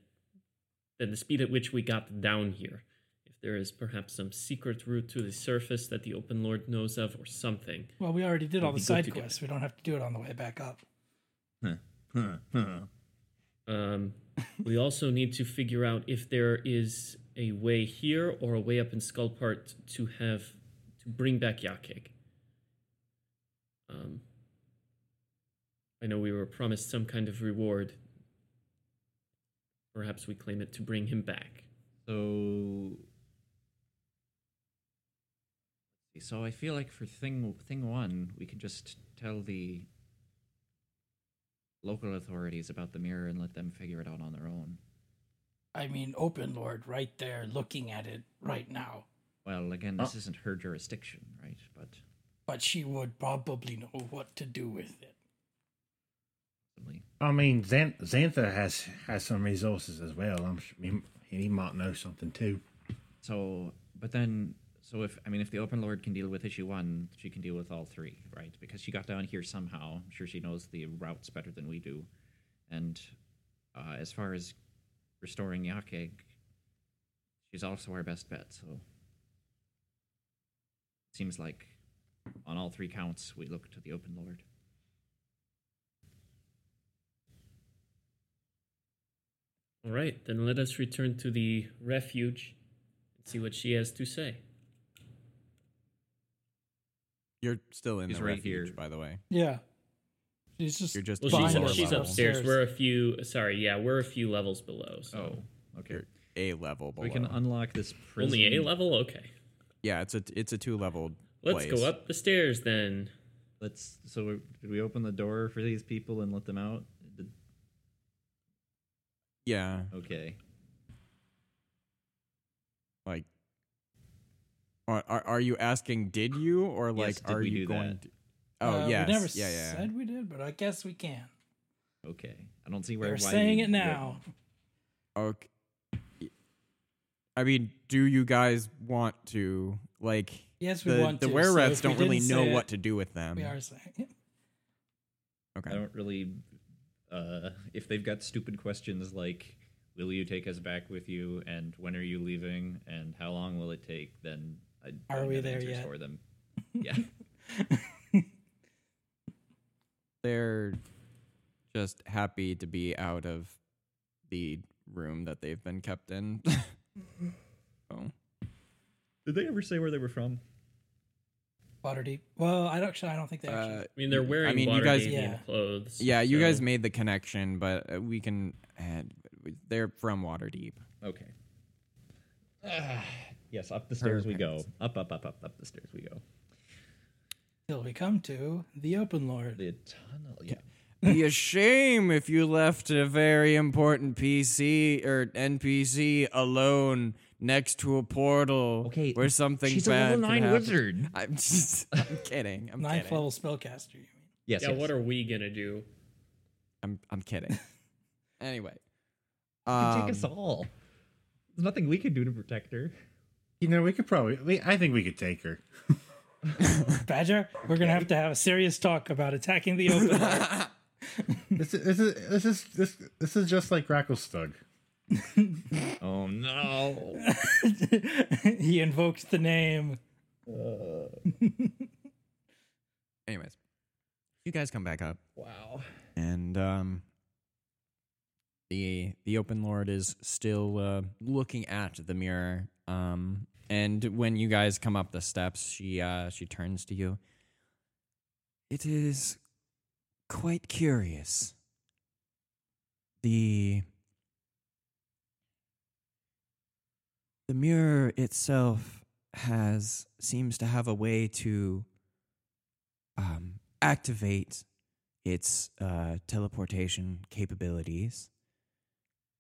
Speaker 7: than the speed at which we got down here. If there is perhaps some secret route to the surface that the open lord knows of or something.
Speaker 5: Well, we already did all
Speaker 7: It'd
Speaker 5: the
Speaker 7: be good to
Speaker 5: side
Speaker 7: get
Speaker 5: quests.
Speaker 7: it.
Speaker 5: We don't have to do it on the way back up.
Speaker 7: Um, we also need to figure out if there is a way here or a way up in Skullpart to have to bring back Yakeg. Um, I know we were promised some kind of reward. Perhaps we claim it to bring him back.
Speaker 4: So, so I feel like for thing thing one, we could just tell the local authorities about the mirror and let them figure it out on their own.
Speaker 5: I mean, open lord, right there, looking at it right now.
Speaker 4: Well, again, this isn't her jurisdiction, right? But
Speaker 5: But she would probably know what to do with it.
Speaker 6: I mean, Xan- Xantha has has some resources as well. I'm sure he, he might know something too.
Speaker 4: So, but then, so if I mean, if the Open Lord can deal with issue one, she can deal with all three, right? Because she got down here somehow. I'm sure she knows the routes better than we do. And uh, as far as restoring Yake, she's also our best bet. So, seems like on all three counts, we look to the Open Lord.
Speaker 7: All right, then let us return to the refuge and see what she has to say.
Speaker 2: You're still in
Speaker 4: He's
Speaker 2: the
Speaker 4: right
Speaker 2: refuge,
Speaker 4: here.
Speaker 2: by the way.
Speaker 5: Yeah. She's just.
Speaker 2: You're just
Speaker 7: Well,
Speaker 2: Fine.
Speaker 7: she's,
Speaker 5: behind
Speaker 2: Lower
Speaker 5: us.
Speaker 7: she's
Speaker 2: level.
Speaker 7: upstairs. We're a few. Sorry, yeah, we're a few levels below. So
Speaker 4: Oh, okay.
Speaker 2: You're a level below.
Speaker 4: We can unlock this
Speaker 2: Oh,
Speaker 4: prison.
Speaker 7: only a level. Okay,
Speaker 2: yeah, it's a it's a two level.
Speaker 7: let's go up the stairs then.
Speaker 4: Let's. So, we- did we open the door for these people and let them out? Did-
Speaker 2: Yeah,
Speaker 4: Okay.
Speaker 2: like. Are, are are you asking? Did you or like?
Speaker 4: Yes, did
Speaker 2: are
Speaker 4: we
Speaker 2: you
Speaker 4: do
Speaker 2: going?
Speaker 4: that?
Speaker 2: To, oh
Speaker 5: Uh,
Speaker 2: yes,
Speaker 5: We never
Speaker 2: yeah, yeah.
Speaker 5: said we did, but I guess we can.
Speaker 4: Okay. I don't see where
Speaker 5: We're
Speaker 4: why
Speaker 5: saying
Speaker 4: you
Speaker 5: it now.
Speaker 2: Okay. I mean, do you guys want to like?
Speaker 5: Yes, we
Speaker 2: The
Speaker 5: want
Speaker 2: the
Speaker 5: to.
Speaker 2: were
Speaker 5: so if we
Speaker 2: don't really
Speaker 5: didn't
Speaker 2: know
Speaker 5: say it,
Speaker 2: what to do with them.
Speaker 5: We are saying it.
Speaker 2: Okay.
Speaker 4: I don't really. Uh, if they've got stupid questions like, "Will you take us back with you?" and "When are you leaving?" and "How long will it take?" then I don't
Speaker 5: Are we
Speaker 4: have
Speaker 5: there
Speaker 4: answers
Speaker 5: yet?
Speaker 4: for
Speaker 5: *laughs*
Speaker 4: them. Yeah.
Speaker 2: they're just happy to be out of the room that they've been kept
Speaker 5: *laughs*
Speaker 2: in. oh,
Speaker 4: Did they ever say where they were from?
Speaker 5: Waterdeep. Well, I don't actually. I don't think they actually.
Speaker 2: uh,
Speaker 7: I mean, they're wearing
Speaker 2: I mean, you
Speaker 7: water
Speaker 2: guys,
Speaker 7: damaging
Speaker 5: Yeah.
Speaker 7: clothes.
Speaker 2: yeah, you
Speaker 7: so-
Speaker 2: guys made the connection, but uh, we can. Uh, they're from Waterdeep.
Speaker 4: Okay. *sighs* Ah, yes, up the stairs we go. Up, up, up, up, up the stairs we go.
Speaker 5: till we come to the Open Lord.
Speaker 4: The tunnel. Yeah.
Speaker 2: Be a shame if you left a very important PC or NPC alone next to a portal
Speaker 4: Okay,
Speaker 2: where something
Speaker 4: she's a
Speaker 2: bad could
Speaker 4: level nine
Speaker 2: happen.
Speaker 4: wizard.
Speaker 2: *laughs* I'm just, I'm kidding. I'm
Speaker 5: Ninth
Speaker 2: kidding.
Speaker 5: level spellcaster. You mean?
Speaker 4: Yes.
Speaker 7: Yeah,
Speaker 4: yes.
Speaker 7: what are we gonna do?
Speaker 2: I'm, I'm
Speaker 4: *laughs*
Speaker 2: kidding. anyway,
Speaker 4: They could take us
Speaker 2: um,
Speaker 4: all. There's nothing we can do to protect her.
Speaker 6: You know, we could probably. We, I think we could take *laughs* her.
Speaker 5: Badger, we're gonna have to have a serious talk about attacking the Open Lord.
Speaker 6: this is this is this is this, this is just like Gracklestug.
Speaker 4: Oh no. *laughs*
Speaker 5: he invokes the name.
Speaker 2: anyways, you guys come back up.
Speaker 4: wow.
Speaker 2: and um, the the open lord is still uh, looking at the mirror. Um, and when you guys come up the steps, she uh, she turns to you. It is quite curious. The the mirror itself has seems to have a way to um, activate its uh, teleportation capabilities,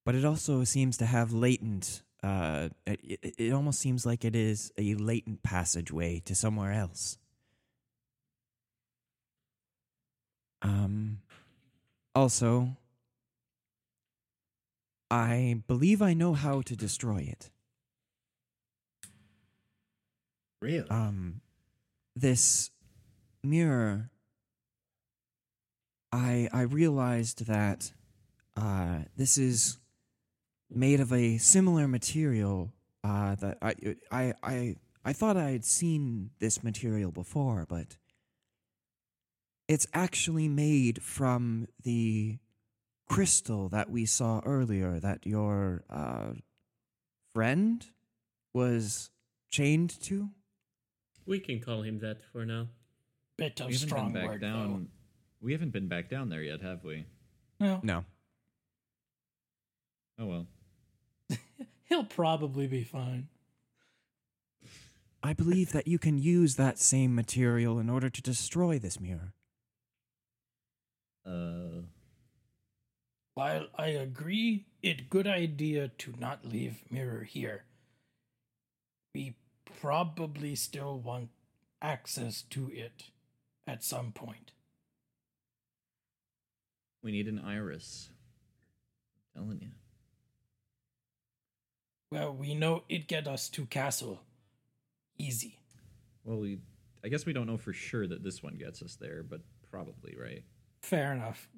Speaker 2: but it also seems to have latent. Uh, it, it- it almost seems like it is a latent passageway to somewhere else. Um, also, I believe I know how to destroy it.
Speaker 6: Really?
Speaker 2: Um, this mirror. I I realized that uh, this is made of a similar material uh, that I I I I thought I had seen this material before, but it's actually made from the crystal that we saw earlier that your uh, friend was chained to.
Speaker 7: We can call him that for now.
Speaker 5: Bit of
Speaker 4: we haven't
Speaker 5: strong
Speaker 4: been back
Speaker 5: word.
Speaker 4: down. We haven't been back down there yet, have we?
Speaker 5: though. No,
Speaker 2: No,
Speaker 4: Oh well.
Speaker 5: he'll probably be fine.
Speaker 2: I believe that you can use that same material in order to destroy this mirror.
Speaker 4: Uh,
Speaker 5: While I agree, it good idea to not leave Mirror here. We probably still want access to it at some point.
Speaker 3: We need an iris. I'm telling you.
Speaker 5: Well, we know it get us to castle. Easy.
Speaker 3: Well, we. I guess we don't know for sure that this one gets us there, but probably, right?
Speaker 5: Fair enough.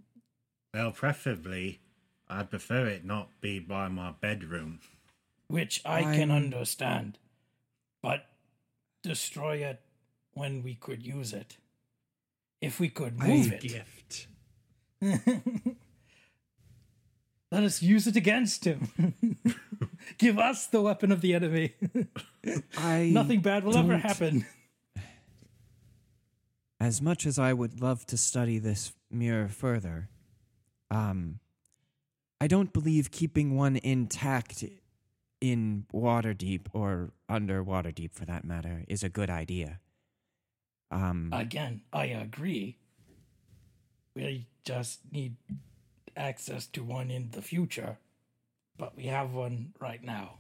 Speaker 6: Well, preferably, I'd prefer it not be by my bedroom.
Speaker 5: Which I can understand. But destroy it when we could use it. If we could move it.
Speaker 3: Gift.
Speaker 5: *laughs* Let us use it against him. *laughs* Give us the weapon of the enemy. *laughs*
Speaker 1: I
Speaker 5: Nothing bad will ever
Speaker 1: don't-
Speaker 5: happen.
Speaker 1: As much as I would love to study this mirror further, um, I don't believe keeping one intact in water deep or under water deep, for that matter, is a good idea. Um,
Speaker 5: Again, I agree. We just need access to one in the future, but we have one right now.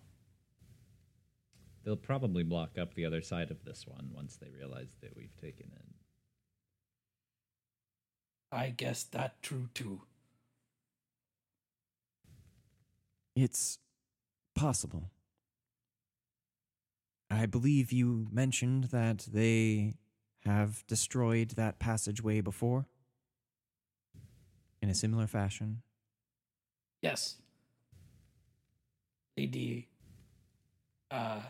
Speaker 3: They'll probably block up the other side of this one once they realize that we've taken it.
Speaker 5: I guess that true too.
Speaker 1: It's possible. I believe you mentioned that they have destroyed that passageway before in a similar fashion.
Speaker 5: Yes. Lady uh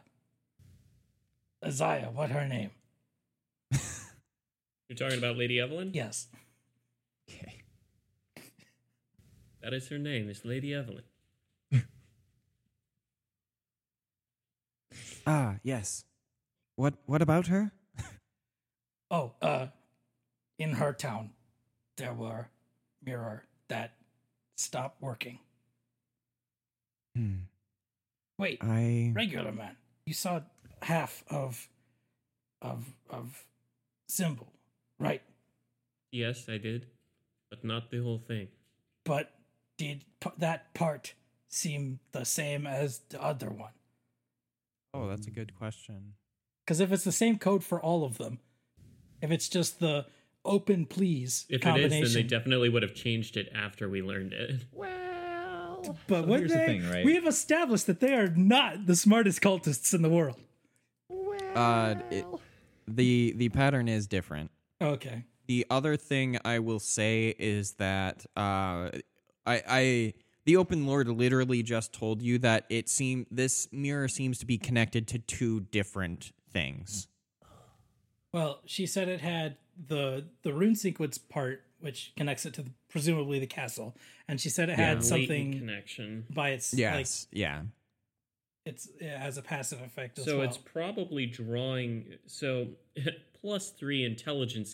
Speaker 5: Isaiah, what her name?
Speaker 7: You're talking about Lady Evelyn?
Speaker 5: Yes.
Speaker 3: Okay.
Speaker 7: That is her name, is Lady Evelyn.
Speaker 1: Ah, yes. What what about her?
Speaker 5: Oh, uh in her town there were mirror that stopped working.
Speaker 1: Hmm.
Speaker 5: Wait,
Speaker 2: Uh.
Speaker 1: I
Speaker 5: regular man. You saw half of of of symbol, right?
Speaker 7: Yes, I did, but not the whole thing.
Speaker 5: But did p- that part seem the same as the other one?
Speaker 2: Oh, that's a good question.
Speaker 5: Because if it's the same code for all of them, if it's just the open please
Speaker 7: If it is,
Speaker 5: combination,
Speaker 7: then they definitely would have changed it after we learned it.
Speaker 5: but
Speaker 3: So
Speaker 5: when
Speaker 3: here's the
Speaker 5: they,
Speaker 3: thing, right?
Speaker 5: we have established that they are not the smartest cultists in the world.
Speaker 2: Uh, it- the the pattern is different.
Speaker 5: Okay,
Speaker 2: The other thing I will say is that uh, I, I the Open Lord literally just told you that it seem this mirror seems to be connected to two different things.
Speaker 5: well, she said it had the the rune sequence part, which connects it to the, presumably the castle, and she said it had
Speaker 7: Latent
Speaker 5: something
Speaker 7: connection.
Speaker 5: by its like
Speaker 2: Yes, yeah.
Speaker 5: it's it has a passive effect as
Speaker 7: So
Speaker 5: well.
Speaker 7: it's probably drawing. So *laughs* plus three intelligence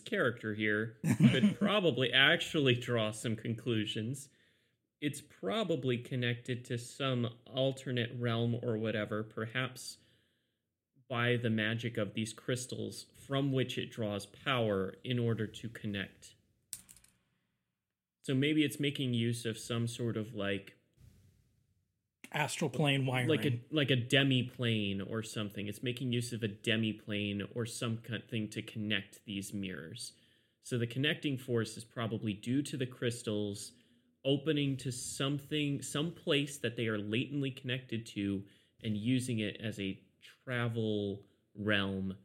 Speaker 5: *laughs*
Speaker 7: character here could probably actually draw some conclusions. It's probably connected to some alternate realm or whatever, perhaps by the magic of these crystals from which it draws power in order to connect. So maybe it's making use of some sort of like
Speaker 5: astral plane wiring.
Speaker 7: like a like a demi plane or something. It's making use of a demi plane or some kind thing to connect these mirrors. So the connecting force is probably due to the crystals opening to something, some place that they are latently connected to, and using it as a travel realm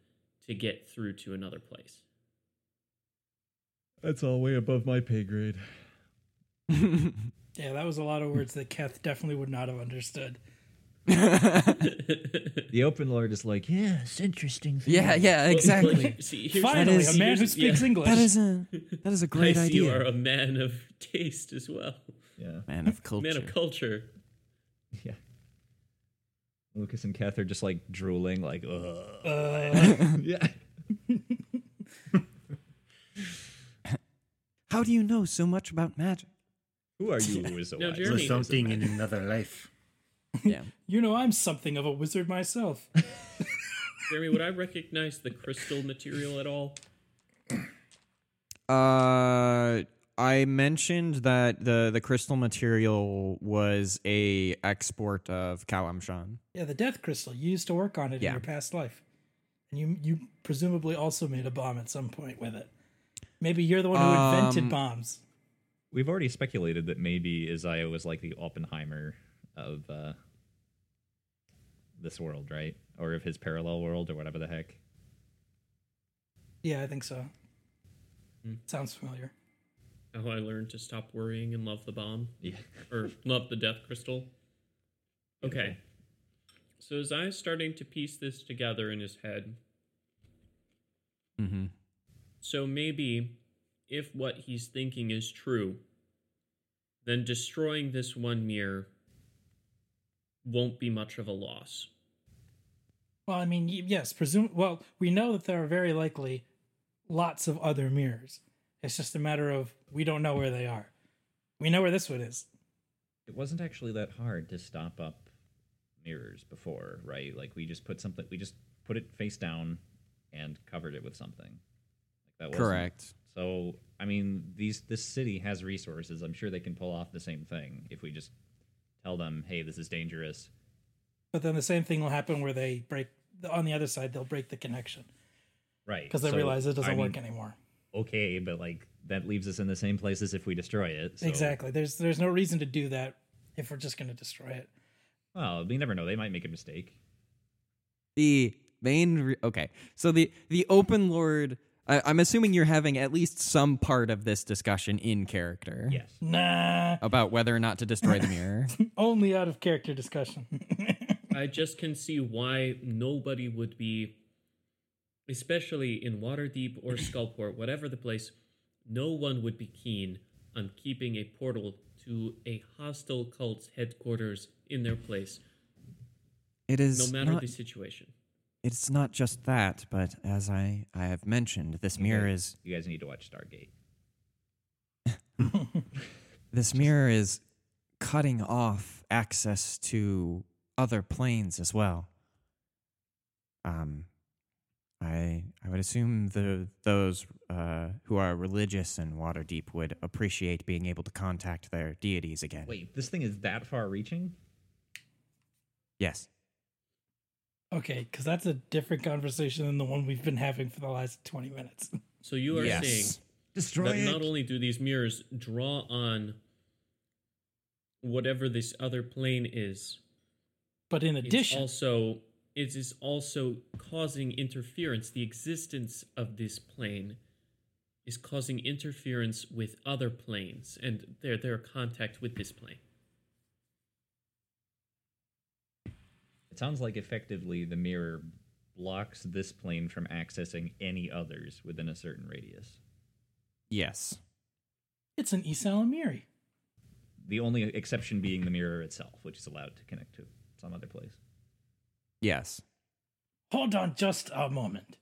Speaker 7: to get through to another place.
Speaker 3: That's all way above my pay grade.
Speaker 5: yeah, that was a lot of words that Keth definitely would not have
Speaker 7: *laughs*
Speaker 5: understood.
Speaker 3: The open lord is like, yeah, it's interesting. Thing.
Speaker 1: Yeah, yeah, exactly.
Speaker 7: Like, *laughs* see, here's-
Speaker 5: *laughs* Finally,
Speaker 1: is-
Speaker 5: a man who
Speaker 7: here's- yeah.
Speaker 5: speaks English.
Speaker 1: that is a that is a
Speaker 7: *laughs* I
Speaker 1: great
Speaker 7: see you are
Speaker 1: idea.
Speaker 7: a man of *laughs* taste as well,
Speaker 3: Yeah,
Speaker 1: Man of culture.
Speaker 7: man of culture.
Speaker 3: yeah. Lucas and Kath are just like drooling,
Speaker 5: *laughs*
Speaker 3: like, ugh.
Speaker 5: Uh,
Speaker 3: yeah.
Speaker 1: How do you know so much about
Speaker 5: *laughs*
Speaker 1: magic?
Speaker 3: Who
Speaker 4: *laughs*
Speaker 3: are you, Wizard?
Speaker 7: No,
Speaker 6: Or
Speaker 7: Jeremy is a
Speaker 6: something
Speaker 2: *laughs*
Speaker 6: in another life.
Speaker 1: Yeah.
Speaker 5: you know, I'm something of a
Speaker 4: *laughs*
Speaker 5: wizard myself.
Speaker 7: Jeremy, would I recognize the crystal material at all?
Speaker 2: Uh, I mentioned that the the crystal material was a export of Kalamshan.
Speaker 5: Yeah, the death crystal. You used to work on it in
Speaker 2: Yeah.
Speaker 5: your past life, and you you presumably also made a bomb at some point with it. Maybe you're the one who invented
Speaker 2: Um,
Speaker 5: bombs.
Speaker 4: We've already speculated that maybe Isaiah was like the Oppenheimer of uh, this world, right? Or of his parallel world, or whatever the heck.
Speaker 5: Yeah, I think so.
Speaker 4: hmm.
Speaker 5: Sounds familiar.
Speaker 7: How I learned to stop worrying and love the bomb.
Speaker 4: Yeah.
Speaker 7: or love the death crystal. Okay. So as I'm starting to piece this together in his head,
Speaker 10: Mm-hmm.
Speaker 7: so maybe if what he's thinking is true, then destroying this one mirror won't be much of a loss.
Speaker 5: Well, I mean, y- yes, presume. Well, we know that there are very likely lots of other mirrors. It's just a matter of we don't know where they are. We know where this one is.
Speaker 4: It wasn't actually that hard to stop up mirrors before, right? Like we just put something, we just put it face down and covered it with something. Like that wasn't-
Speaker 10: Correct.
Speaker 4: So I mean, these this city has resources. I'm sure they can pull off the same thing if we just tell them, "Hey, this is dangerous."
Speaker 5: But then the same thing will happen where they break on the other side. They'll break the connection
Speaker 4: Right.
Speaker 5: because they
Speaker 4: So,
Speaker 5: realize it
Speaker 4: I
Speaker 5: doesn't
Speaker 4: mean,
Speaker 5: work anymore.
Speaker 4: Okay, but like that leaves us in the same place as if we destroy it. So,
Speaker 5: Exactly. There's there's no reason to do that if we're just going to destroy it.
Speaker 4: Well, we never know. They might make a mistake.
Speaker 10: the main re- okay so the the open lord I, i'm assuming you're having at least some part of this discussion in character
Speaker 4: Yes.
Speaker 5: Nah,
Speaker 10: about whether or not to destroy the
Speaker 7: *laughs*
Speaker 10: mirror
Speaker 5: only out of character discussion. *laughs*
Speaker 7: I just can see why nobody would be, especially in Waterdeep
Speaker 2: *laughs*
Speaker 7: or Skullport, whatever the place, no one would be keen on keeping a portal to a hostile cult's headquarters in their place,
Speaker 2: It is
Speaker 7: no matter
Speaker 2: not
Speaker 7: the situation.
Speaker 2: it's not just that, but as I I have mentioned, this mirror is
Speaker 4: You guys need to watch Stargate.
Speaker 2: this mirror is cutting off access to other planes as well. Um, I I would assume the those uh, who are religious in Waterdeep would appreciate being able to contact their deities again.
Speaker 4: Wait, this thing is that far-reaching?
Speaker 2: Yes,
Speaker 5: okay, because that's a different conversation than the one we've been having for the last twenty minutes.
Speaker 7: So you are
Speaker 2: Yes.
Speaker 7: saying
Speaker 6: Destroy
Speaker 7: that not
Speaker 6: it.
Speaker 7: only do these mirrors draw on whatever this other plane is,
Speaker 5: But in
Speaker 7: it's
Speaker 5: addition,
Speaker 7: also it is also causing interference. The existence of this plane is causing interference with other planes and their their contact with this plane.
Speaker 4: It sounds like effectively the mirror blocks this plane from accessing any others within a certain radius.
Speaker 10: yes
Speaker 5: it's an Isalamiri.
Speaker 4: The only exception being the mirror itself, which is allowed to connect to some other place.
Speaker 10: yes
Speaker 5: Hold on just a moment.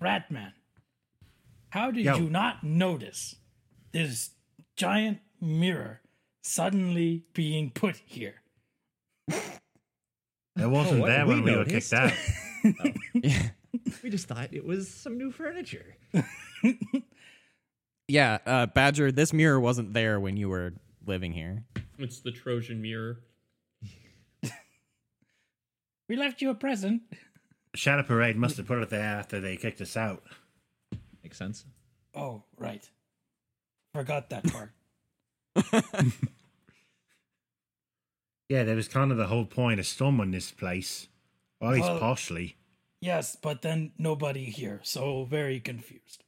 Speaker 5: Ratman, how did
Speaker 6: Yo.
Speaker 5: you not notice this giant mirror suddenly being put here?
Speaker 6: It wasn't
Speaker 4: what
Speaker 6: there
Speaker 4: have we
Speaker 6: when Oh, we were
Speaker 4: noticed?
Speaker 6: kicked *laughs* out.
Speaker 4: We just thought it was some new furniture.
Speaker 10: yeah uh badger this mirror wasn't there when you were living here
Speaker 7: It's the Trojan mirror.
Speaker 5: We left you a present.
Speaker 6: Shadow Parade must have put it there after they kicked us out.
Speaker 4: Makes sense.
Speaker 5: Oh, right. Forgot that part.
Speaker 6: Yeah, that was kind of the whole point of storming this place. Or at least
Speaker 5: Well-
Speaker 6: partially.
Speaker 5: yes, but then nobody here, so very confused.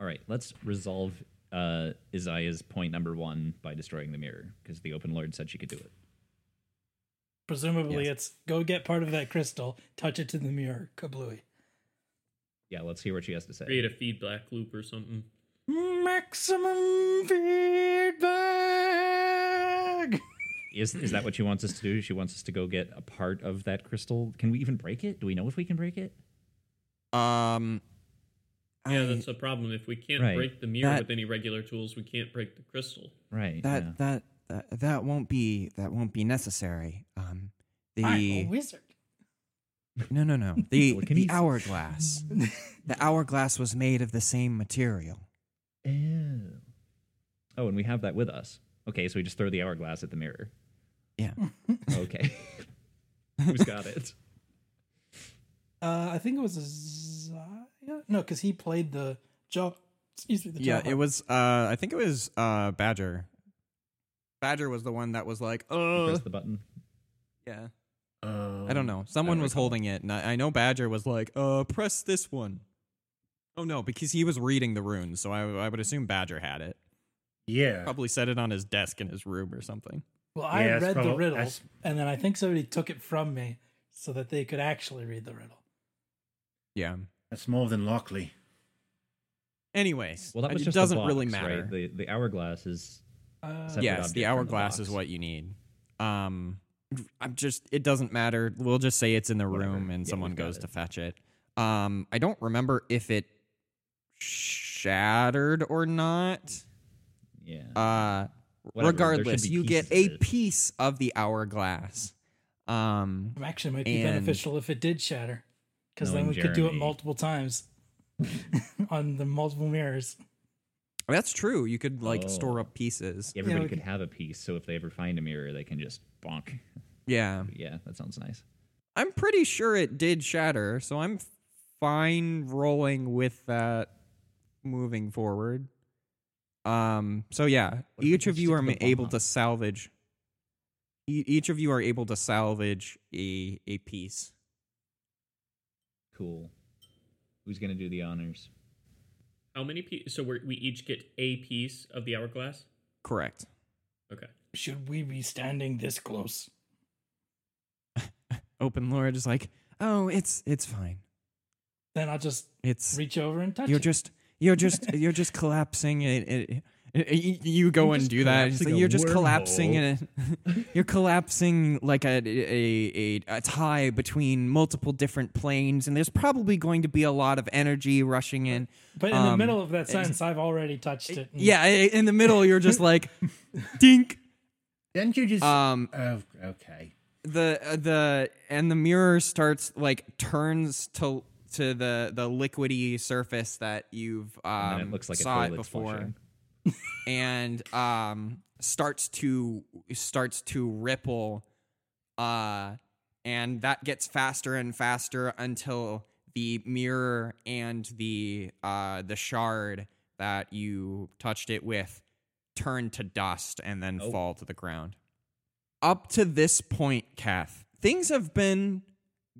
Speaker 4: All right, let's resolve uh, Isaiah's point number one by destroying the mirror because the Open Lord said she could do it.
Speaker 5: Presumably, it's go get part of that crystal, touch it to the mirror, kablooey.
Speaker 4: Yeah, let's hear what she has to say.
Speaker 7: Create a feedback loop or something.
Speaker 5: Maximum feedback.
Speaker 4: Is is that what she wants us to do? She wants us to go get a part of that crystal. Can we even break it? Do we know if we can break it?
Speaker 10: um
Speaker 7: Yeah,
Speaker 2: I-
Speaker 7: that's a problem. If we can't
Speaker 4: Right.
Speaker 7: break the mirror
Speaker 2: That-
Speaker 7: with any regular tools, we can't break the crystal.
Speaker 4: Right.
Speaker 2: that,
Speaker 4: yeah.
Speaker 2: that that that won't be that won't be necessary. Um, the
Speaker 5: I'm a wizard.
Speaker 2: No, no, no. The,
Speaker 4: Well, can
Speaker 2: the
Speaker 4: you-
Speaker 2: hourglass. the hourglass was made of the same material.
Speaker 4: Oh. Oh, and we have that with us. Okay, so we just throw the hourglass at the mirror.
Speaker 2: Yeah.
Speaker 4: *laughs* Okay. Who's got it?
Speaker 5: Uh, I think it was Isaiah. No, because he played the jo- Excuse me. The
Speaker 2: yeah,
Speaker 5: Tomahawk.
Speaker 2: it was. Uh, I think it was uh, Badger. Badger was the one that was like, "Oh,
Speaker 3: Press the button.
Speaker 2: yeah."
Speaker 6: Um,
Speaker 2: I don't know. Someone
Speaker 6: don't
Speaker 2: was
Speaker 6: recall.
Speaker 2: holding it, and I, I know Badger was like, "Uh, press this one." Oh no, because he was reading the runes, so I, I would assume Badger had it.
Speaker 6: Yeah.
Speaker 2: Probably set it on his desk in his room or something.
Speaker 5: Well, I
Speaker 6: Yeah, that's
Speaker 5: read the
Speaker 6: probab-
Speaker 5: riddle,
Speaker 6: that's-
Speaker 5: and then I think somebody took it from me so that they could actually read the riddle.
Speaker 2: Yeah.
Speaker 6: That's more than likely.
Speaker 2: Anyways,
Speaker 3: Well, that was
Speaker 2: it
Speaker 3: just the
Speaker 2: doesn't
Speaker 3: box,
Speaker 2: really
Speaker 3: right?
Speaker 2: matter.
Speaker 3: The the hourglass is
Speaker 5: Uh,
Speaker 3: Separate
Speaker 2: yes,
Speaker 3: object
Speaker 2: the
Speaker 3: from the
Speaker 2: hourglass is
Speaker 3: box.
Speaker 2: what you need. Um, I'm just it doesn't matter. We'll just say it's in the
Speaker 3: Whatever.
Speaker 2: room, and
Speaker 3: Yeah,
Speaker 2: someone
Speaker 3: we've got
Speaker 2: goes
Speaker 3: it.
Speaker 2: to fetch it. Um, I don't remember if it shattered or not.
Speaker 3: yeah.
Speaker 2: Uh,
Speaker 3: Whatever, there should
Speaker 2: regardless,
Speaker 3: be
Speaker 2: you get
Speaker 3: pieces
Speaker 2: a
Speaker 3: of it.
Speaker 2: piece of the hourglass. Um,
Speaker 5: it actually might be
Speaker 2: and-
Speaker 5: beneficial if it did shatter, because then
Speaker 3: Knowing
Speaker 5: we could do it
Speaker 3: Jeremy.
Speaker 5: multiple times *laughs* on the multiple mirrors.
Speaker 2: that's true. You could like
Speaker 3: Oh.
Speaker 2: store up pieces.
Speaker 3: Everybody
Speaker 5: we
Speaker 3: could
Speaker 5: can-
Speaker 3: have a piece, so if they ever find a mirror, they can just bonk.
Speaker 2: Yeah,
Speaker 3: Yeah, that sounds nice.
Speaker 2: I'm pretty sure it did shatter, so I'm fine rolling with that moving forward. Um. So yeah,
Speaker 3: What if we
Speaker 2: each
Speaker 3: just
Speaker 2: of you
Speaker 3: stick
Speaker 2: are
Speaker 3: the
Speaker 2: ma- able
Speaker 3: bomb?
Speaker 2: to salvage. e- Each of you are able to salvage a a piece.
Speaker 3: Cool. Who's gonna do the honors?
Speaker 7: How many pieces? So we're, we each get a piece of the hourglass.
Speaker 2: Correct.
Speaker 7: Okay.
Speaker 5: Should we be standing this close?
Speaker 2: Open Lord is like, oh, it's it's fine.
Speaker 5: Then I'll just
Speaker 2: It's
Speaker 5: reach over and touch
Speaker 2: you're
Speaker 5: it.
Speaker 2: just you're just you're just collapsing it, it, it- it- you- you go
Speaker 6: You're
Speaker 2: and
Speaker 6: just
Speaker 2: do that. It's
Speaker 6: collapsing
Speaker 2: like
Speaker 6: a
Speaker 2: you're just
Speaker 6: wormhole.
Speaker 2: collapsing in a, *laughs* you're collapsing like a, a a a tie between multiple different planes, and there's probably going to be a lot of energy rushing
Speaker 6: Mm.
Speaker 2: in.
Speaker 5: but in the
Speaker 2: um,
Speaker 5: middle of that sentence, I've already touched it. and-
Speaker 2: Yeah, i- in the middle, you're just like, *laughs* dink.
Speaker 6: Didn't you just?
Speaker 2: Um,
Speaker 6: oh, okay.
Speaker 2: the uh, the and the mirror starts like turns to to the the liquidy surface that you've
Speaker 3: And
Speaker 2: um
Speaker 3: then it looks like
Speaker 2: saw
Speaker 3: a
Speaker 2: it
Speaker 3: toilet
Speaker 2: before
Speaker 3: flushing.
Speaker 2: *laughs* and um starts to starts to ripple uh and that gets faster and faster until the mirror and the uh the shard that you touched it with turn to dust and then
Speaker 3: Oh.
Speaker 2: fall to the ground up to this point, Kath, things have been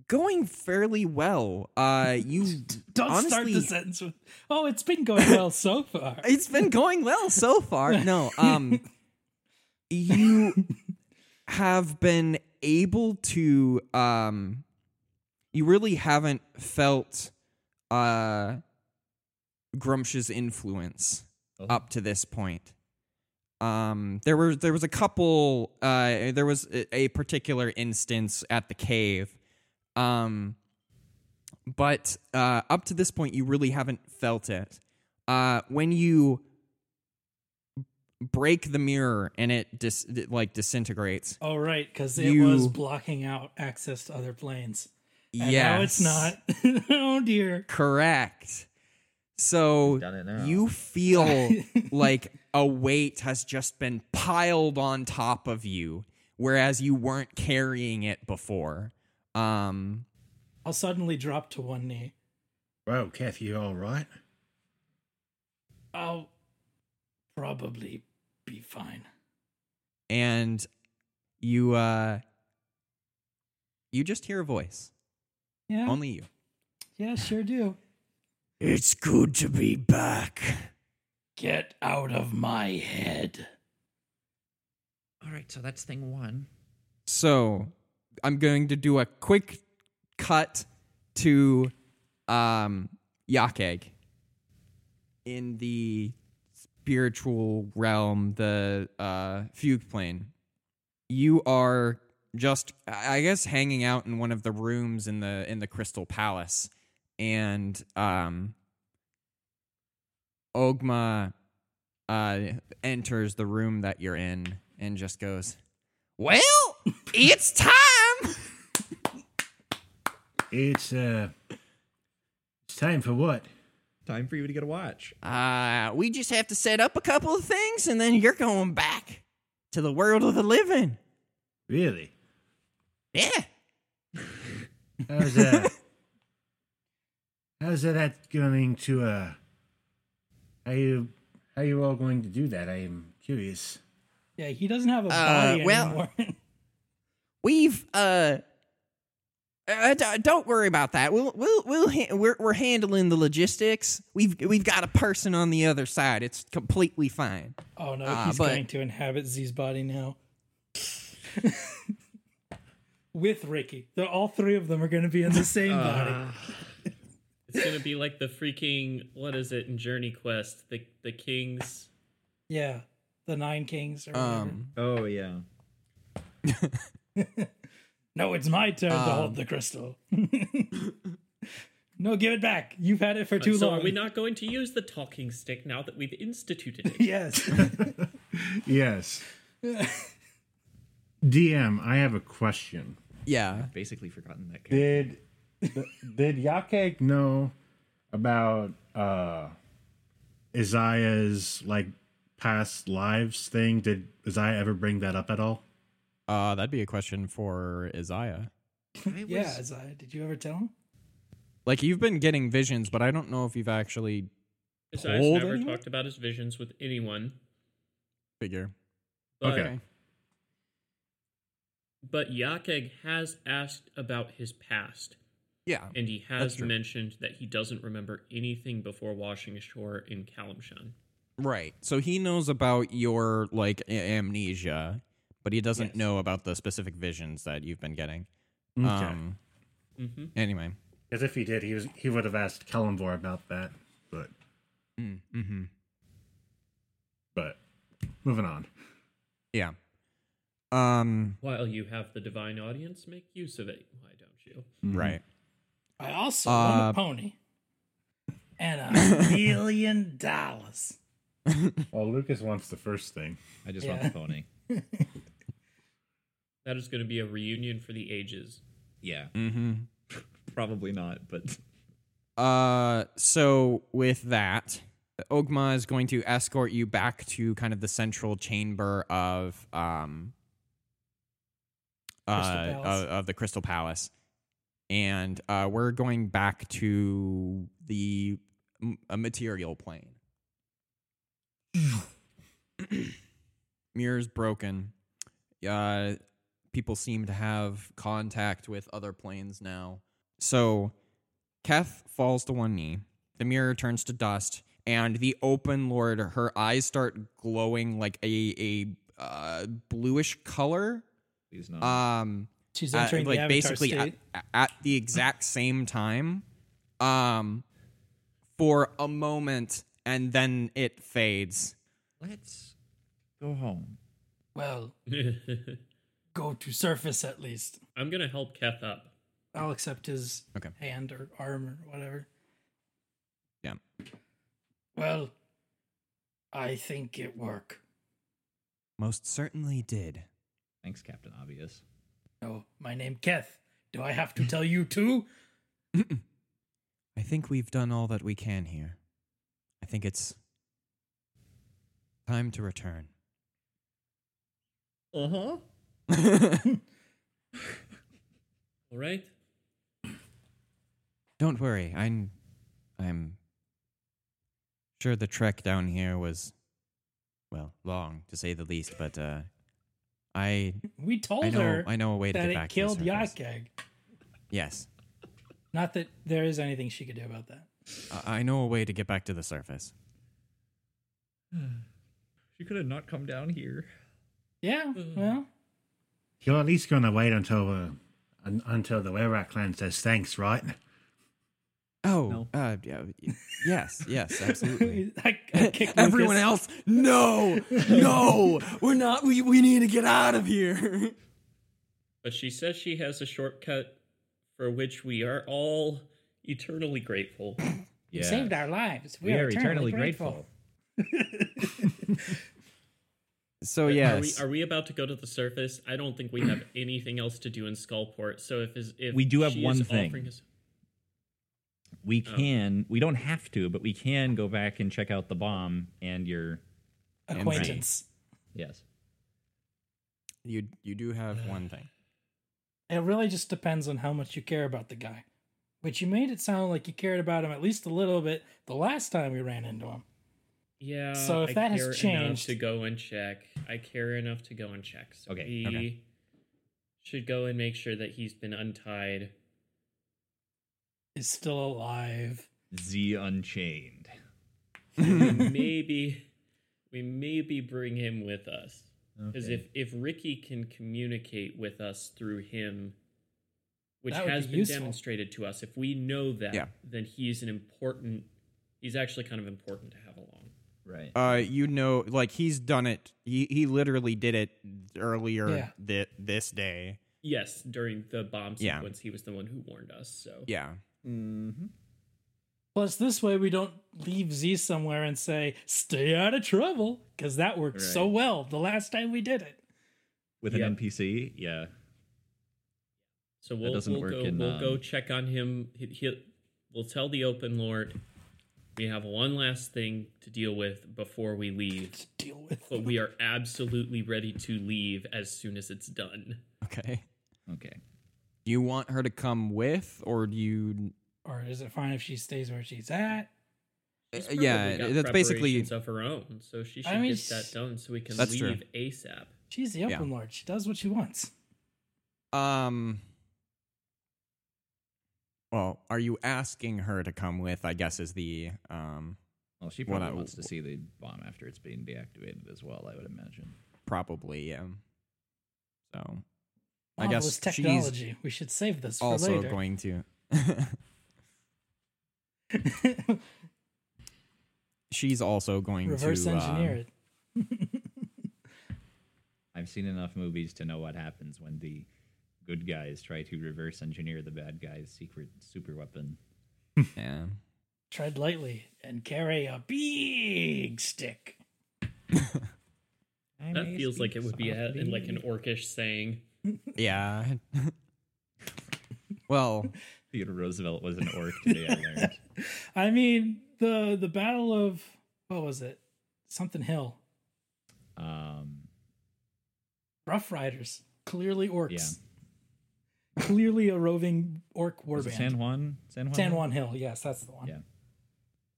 Speaker 2: going fairly well.
Speaker 5: *laughs*
Speaker 2: Uh, you
Speaker 5: Don't
Speaker 2: honestly,
Speaker 5: start the *laughs* sentence with, oh, it's been going well
Speaker 2: *laughs*
Speaker 5: so far.
Speaker 2: it's been going well so far. No, um, you have been able to, um, you really haven't felt, uh, Grumsh's influence
Speaker 3: Oh.
Speaker 2: up to this point. Um, there were there was a couple. Uh, there was a, a particular instance at the cave. Um, but uh, up to this point, you really haven't felt it. Uh, when you break the mirror and it dis- it, like disintegrates,
Speaker 5: Oh, right, because it
Speaker 2: You-
Speaker 5: was blocking out access to other planes. And
Speaker 2: yes,
Speaker 5: now it's not. *laughs* oh, dear.
Speaker 2: correct. So
Speaker 4: Done it now.
Speaker 2: you
Speaker 5: *laughs*
Speaker 2: feel like a weight has just been piled on top of you, whereas you weren't carrying it before. Um,
Speaker 5: I'll suddenly drop to one knee.
Speaker 6: Whoa, Kath, you all right?
Speaker 5: I'll probably be fine.
Speaker 2: and you uh, you just hear a voice.
Speaker 5: Yeah.
Speaker 2: Only you.
Speaker 5: yeah, sure do.
Speaker 2: It's good to be back.
Speaker 5: Get out of my head.
Speaker 4: All right, so that's thing one.
Speaker 2: So, I'm going to do a quick cut to um Yakeg in the spiritual realm, the uh fugue plane. You are just I I guess hanging out in one of the rooms in the in the Crystal Palace and um Ogma uh enters the room that you're in and just goes, "Well, it's time."
Speaker 6: It's uh, it's time for what?
Speaker 4: Time for you to get a watch.
Speaker 2: Uh, we just have to set up a couple of things and then you're going back to the world of the living.
Speaker 6: Really?
Speaker 2: Yeah.
Speaker 6: How's *laughs* uh, how's that going to uh, How you how you all going to do that? I am curious.
Speaker 5: Yeah, he doesn't have a
Speaker 2: Uh,
Speaker 5: body
Speaker 2: well-
Speaker 5: anymore. *laughs*
Speaker 2: We've uh, uh d- don't worry about that. We'll we'll we'll ha- we're we're handling the logistics. We've we've got a person on the other side. It's completely fine.
Speaker 5: oh no,
Speaker 2: Ah,
Speaker 5: he's
Speaker 2: but-
Speaker 5: going to inhabit Z's body now. *laughs* With Ricky, they're all three of them are going to
Speaker 2: *laughs*
Speaker 5: be in the same
Speaker 2: Uh.
Speaker 5: body.
Speaker 7: It's gonna be like the freaking what is it in Journey Quest? The the kings.
Speaker 5: Yeah, the Nine Kings. Or whatever.
Speaker 2: Um,
Speaker 4: Oh yeah.
Speaker 5: no, it's my turn to
Speaker 2: um,
Speaker 5: hold the crystal. *laughs* no, give it back. You've had it for too
Speaker 7: so
Speaker 5: long.
Speaker 7: are we not going to use the talking stick now that we've instituted
Speaker 2: *laughs*
Speaker 5: *laughs*
Speaker 7: it?
Speaker 5: yes. *laughs*
Speaker 6: *laughs* Yes. DM, I have a question.
Speaker 2: yeah.
Speaker 4: Basically forgotten that. Character.
Speaker 6: Did did Yakek know about uh Isaiah's like past lives thing? Did Isaiah ever bring that up at all?
Speaker 2: Uh, that'd be a question for Isaiah.
Speaker 4: I was,
Speaker 5: yeah, Isaiah. Did you ever tell him?
Speaker 2: Like you've been getting visions, but I don't know if you've actually
Speaker 7: Besides,
Speaker 2: Told
Speaker 7: never
Speaker 2: anyone?
Speaker 7: talked about his visions with anyone.
Speaker 2: figure.
Speaker 7: But,
Speaker 6: Okay.
Speaker 7: But Yakeg has asked about his past,
Speaker 2: Yeah.
Speaker 7: and he
Speaker 2: That's
Speaker 7: has
Speaker 2: true.
Speaker 7: mentioned that he doesn't remember anything before washing ashore in Kalimshan.
Speaker 2: Right. So he knows about your like a- amnesia, but he doesn't
Speaker 7: Yes.
Speaker 2: know about the specific visions that you've been getting.
Speaker 6: Okay.
Speaker 2: Um
Speaker 7: Mm-hmm.
Speaker 2: anyway.
Speaker 6: Because if he did, he was he would have asked Kellenvor about that. But
Speaker 2: Mm,
Speaker 7: Mm-hmm.
Speaker 2: hmm
Speaker 6: but moving on.
Speaker 2: Yeah. Um
Speaker 7: While you have the divine audience, make use of it. Why don't you?
Speaker 2: right.
Speaker 5: I also
Speaker 2: Uh,
Speaker 5: want a pony and
Speaker 2: *laughs*
Speaker 5: a million dollars.
Speaker 6: Well, Lucas wants the first thing.
Speaker 4: I just
Speaker 5: Yeah.
Speaker 4: want the pony.
Speaker 7: That is going to be a reunion for the ages. *laughs*
Speaker 4: Yeah,
Speaker 2: Mhm.
Speaker 4: probably not, but *laughs*
Speaker 2: Uh, so with that, Ogma is going to escort you back to kind of the central chamber of um
Speaker 5: Crystal
Speaker 2: uh,
Speaker 5: Palace.
Speaker 2: of, of the Crystal Palace, and uh, we're going back to the m- a material plane. *clears throat* Mirrors broken. Uh, people seem to have contact with other planes now. So Keth falls to one knee. The mirror turns to dust, and the open lord, her eyes start glowing like a a uh, bluish color.
Speaker 4: please not.
Speaker 2: Um,
Speaker 5: She's
Speaker 2: uh,
Speaker 5: entering the
Speaker 2: like
Speaker 5: Avatar
Speaker 2: basically
Speaker 5: state.
Speaker 2: at, at the exact same time, um, for a moment, and then it fades.
Speaker 4: Let's go home.
Speaker 5: well,
Speaker 7: I'm
Speaker 5: go to surface at least.
Speaker 7: going to help Keth up.
Speaker 5: I'll accept his
Speaker 2: Okay.
Speaker 5: hand or arm or whatever.
Speaker 2: Yeah.
Speaker 5: Well, I think it worked.
Speaker 2: Most certainly did.
Speaker 4: Thanks, Captain Obvious.
Speaker 5: No, my name Keth. Do I have to tell you too?
Speaker 2: I think we've done all that we can here. I think it's time to return.
Speaker 7: Uh huh.
Speaker 4: Uh-huh.
Speaker 7: All right.
Speaker 2: Don't worry, I'm I'm sure the trek down here was well, long to say the least, but uh I
Speaker 5: We told
Speaker 2: I know
Speaker 5: her
Speaker 2: I know a way to
Speaker 5: that
Speaker 2: get
Speaker 5: it
Speaker 2: back
Speaker 5: killed
Speaker 2: to the surface.
Speaker 5: Yakeg.
Speaker 2: Yes.
Speaker 5: Not that there is anything she could do about that.
Speaker 2: I I know a way to get back to the surface.
Speaker 4: She could have not come down here.
Speaker 5: Yeah, well,
Speaker 6: You're at least gonna wait until uh, un- until the Werak clan says thanks, right?
Speaker 2: Oh, uh, yeah, y- yes, yes,
Speaker 7: *laughs*
Speaker 2: absolutely.
Speaker 5: *laughs* I, I kicked
Speaker 2: Everyone
Speaker 5: Lucas.
Speaker 2: else, no, no, we're not. We we need to get out of here.
Speaker 7: But she says she has a shortcut for which we are all eternally grateful.
Speaker 5: You saved our lives. We,
Speaker 4: We are eternally grateful. Oh,
Speaker 2: So
Speaker 7: Yeah. Are we,
Speaker 2: yes,
Speaker 7: are we about to go to the surface? I don't think we
Speaker 4: *clears throat*
Speaker 7: have anything else to do in Skullport. So if is if
Speaker 4: We do have
Speaker 7: she is
Speaker 4: one thing.
Speaker 7: offering us-
Speaker 4: We can. We don't have to, but we can go back and check out the bomb and your.
Speaker 5: Acquaintance.
Speaker 4: Yes.
Speaker 2: you you do have one thing.
Speaker 5: It really just depends on how much you care about the guy. But you made it sound like you cared about him at least a little bit the last time we ran into him.
Speaker 7: Yeah.
Speaker 5: So if
Speaker 7: I
Speaker 5: that has
Speaker 7: care enough
Speaker 5: changed-
Speaker 7: to go and check, I care enough to go and check. So
Speaker 4: Okay,
Speaker 7: we
Speaker 4: okay.
Speaker 7: should go and make sure that he's
Speaker 4: *laughs*
Speaker 7: been untied.
Speaker 5: Is still alive.
Speaker 4: Z Unchained.
Speaker 7: maybe we maybe bring him with us because
Speaker 4: Okay.
Speaker 7: if if Ricky can communicate with us through him, which
Speaker 5: That would
Speaker 7: has
Speaker 5: be
Speaker 7: been
Speaker 5: useful.
Speaker 7: demonstrated to us, if we know that,
Speaker 2: Yeah.
Speaker 7: then he's an important. He's actually kind of important to have along.
Speaker 4: Right.
Speaker 2: Uh, you know, like he's done it. He he literally did it earlier
Speaker 5: Yeah.
Speaker 2: thi- this day.
Speaker 7: Yes, during the bomb
Speaker 2: Yeah.
Speaker 7: sequence, he was the one who warned us. So
Speaker 2: Yeah.
Speaker 7: Mm-hmm.
Speaker 5: Plus, this way we don't leave Z somewhere and say, stay out of trouble, because that worked so
Speaker 4: Right.
Speaker 5: well the last time we did it.
Speaker 4: With
Speaker 7: Yeah.
Speaker 4: an NPC, yeah.
Speaker 7: So we'll,
Speaker 4: doesn't
Speaker 7: we'll
Speaker 4: work
Speaker 7: go.
Speaker 4: in,
Speaker 7: we'll go
Speaker 4: um,
Speaker 7: check on him. He, he'll- we'll tell the open lord. We have one last thing to deal with before we leave,
Speaker 5: To deal with.
Speaker 7: but we are absolutely ready to leave as soon as it's done.
Speaker 2: Okay.
Speaker 4: Okay.
Speaker 2: Do you want her to come with, or do you?
Speaker 5: Or is it fine if she stays where she's at?
Speaker 7: She's
Speaker 2: Uh, yeah,
Speaker 7: probably got
Speaker 2: that's basically-
Speaker 7: preparations of her own, so she should
Speaker 5: I mean,
Speaker 7: get that done so we can
Speaker 2: That's
Speaker 7: leave
Speaker 2: true.
Speaker 7: ASAP.
Speaker 5: She's the
Speaker 2: Yeah.
Speaker 5: open lord. She does what she wants.
Speaker 2: Um. Well, are you asking her to come with? I guess is the um
Speaker 4: Well, she
Speaker 2: Well,
Speaker 4: probably
Speaker 2: I-
Speaker 4: wants to see the bomb after it's being deactivated as well. I would imagine.
Speaker 2: probably um. So, I guess
Speaker 5: Marvelous
Speaker 2: she's
Speaker 5: technology. We should save this for
Speaker 2: also
Speaker 5: *laughs* later.
Speaker 2: going to. *laughs* she's also going
Speaker 5: Reverse
Speaker 2: to uh,
Speaker 5: engineer it.
Speaker 4: I've seen enough movies to know what happens when the good guys try to reverse engineer the bad guy's secret super weapon.
Speaker 2: Yeah.
Speaker 5: Tread lightly and carry a big stick.
Speaker 7: That feels like it would be a, in like an orcish saying.
Speaker 2: Yeah. *laughs* well,
Speaker 4: Theodore Roosevelt was an orc today. I
Speaker 7: *laughs*
Speaker 4: learned.
Speaker 5: I mean, the the battle of what was it? Something Hill.
Speaker 4: Um,
Speaker 5: Rough Riders. Clearly orcs. Clearly a roving orc
Speaker 4: was
Speaker 5: warband.
Speaker 4: it San Juan? San Juan.
Speaker 5: San Juan Hill. Yes, that's the one.
Speaker 4: Yeah.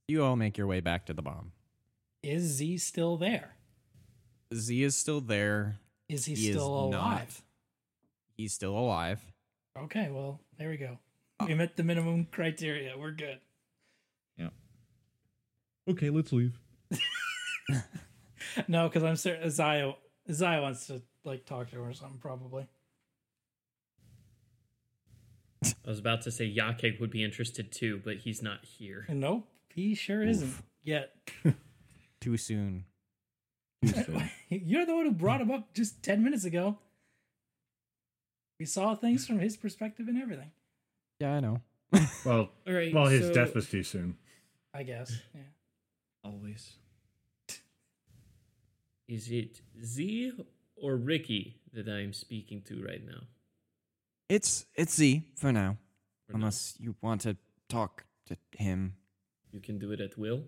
Speaker 2: you all make your way back to the bomb.
Speaker 5: Is Z still there?
Speaker 2: Z is still there.
Speaker 5: Is he,
Speaker 2: He is
Speaker 5: still
Speaker 2: not.
Speaker 5: alive?
Speaker 2: He's still alive.
Speaker 5: Okay, well, there we go. We met the minimum criteria. We're good.
Speaker 4: Okay, let's leave.
Speaker 5: No, because I'm certain Zaya Zaya wants to like talk to her or something probably.
Speaker 7: I was about to say Yakeg would be interested too, but he's not here.
Speaker 5: Nope, he sure isn't yet.
Speaker 2: Too soon.
Speaker 7: *laughs*
Speaker 5: You're the one who brought him up just ten minutes ago. We saw things from his perspective and everything.
Speaker 2: Yeah, I know.
Speaker 6: Well,
Speaker 7: All right.
Speaker 6: well, his
Speaker 7: so-
Speaker 6: death was too soon.
Speaker 5: I guess. Yeah.
Speaker 4: Always.
Speaker 7: Is it Z or Ricky that I am speaking to right now?
Speaker 2: It's it's Z for now.
Speaker 7: For now.
Speaker 2: unless you want to talk to him.
Speaker 7: You can do it at will.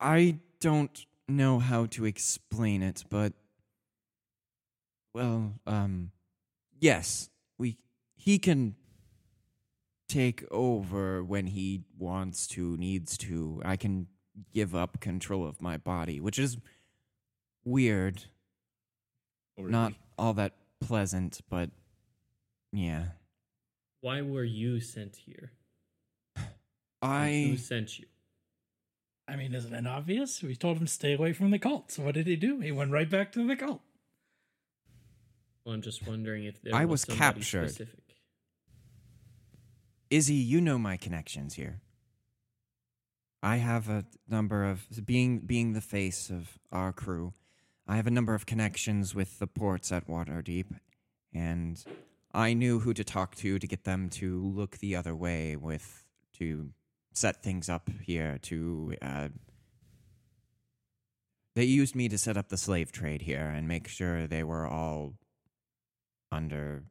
Speaker 2: I don't know how to explain it, but well, um yes, we he can take over when he wants to, needs to. I can give up control of my body, which is weird,
Speaker 4: Or
Speaker 2: not all that pleasant, but yeah.
Speaker 7: Why were you sent here? And Who
Speaker 2: I
Speaker 7: sent you?
Speaker 5: I mean, isn't it obvious? We told him to stay away from the cult. So what did he do? He went right back to the cult.
Speaker 7: Well, I'm just wondering if there
Speaker 2: I
Speaker 7: was,
Speaker 2: was
Speaker 7: somebody
Speaker 2: captured.
Speaker 7: Specific.
Speaker 2: Izzy, you know my connections here. I have a number of being being the face of our crew. I have a number of connections with the ports at Waterdeep, and I knew who to talk to to get them to look the other way with to set things up here. To uh, they used me to set up the slave trade here and make sure they were all under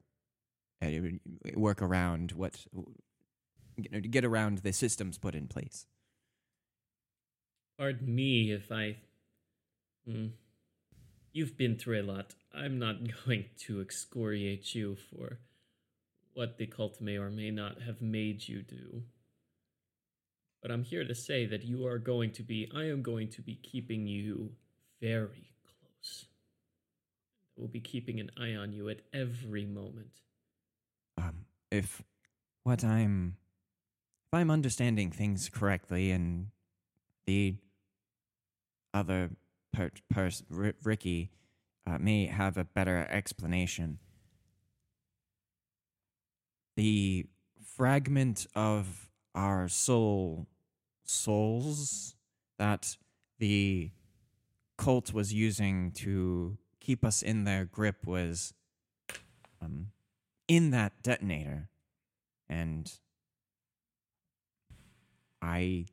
Speaker 2: uh, work around what you know, to get around the systems put in place.
Speaker 7: Pardon me if I. Hmm. You've been through a lot. I'm not *laughs* going to excoriate you for what the cult may or may not have made you do. But I'm here to say that you are going to be, I am going to be keeping you very close. We'll be keeping an eye on you at every moment.
Speaker 2: Um, if what I'm, if I'm understanding things correctly, and the other per, pers- R- Ricky uh, may have a better explanation. The fragment of our soul souls that the cult was using to keep us in their grip was um, in that detonator and i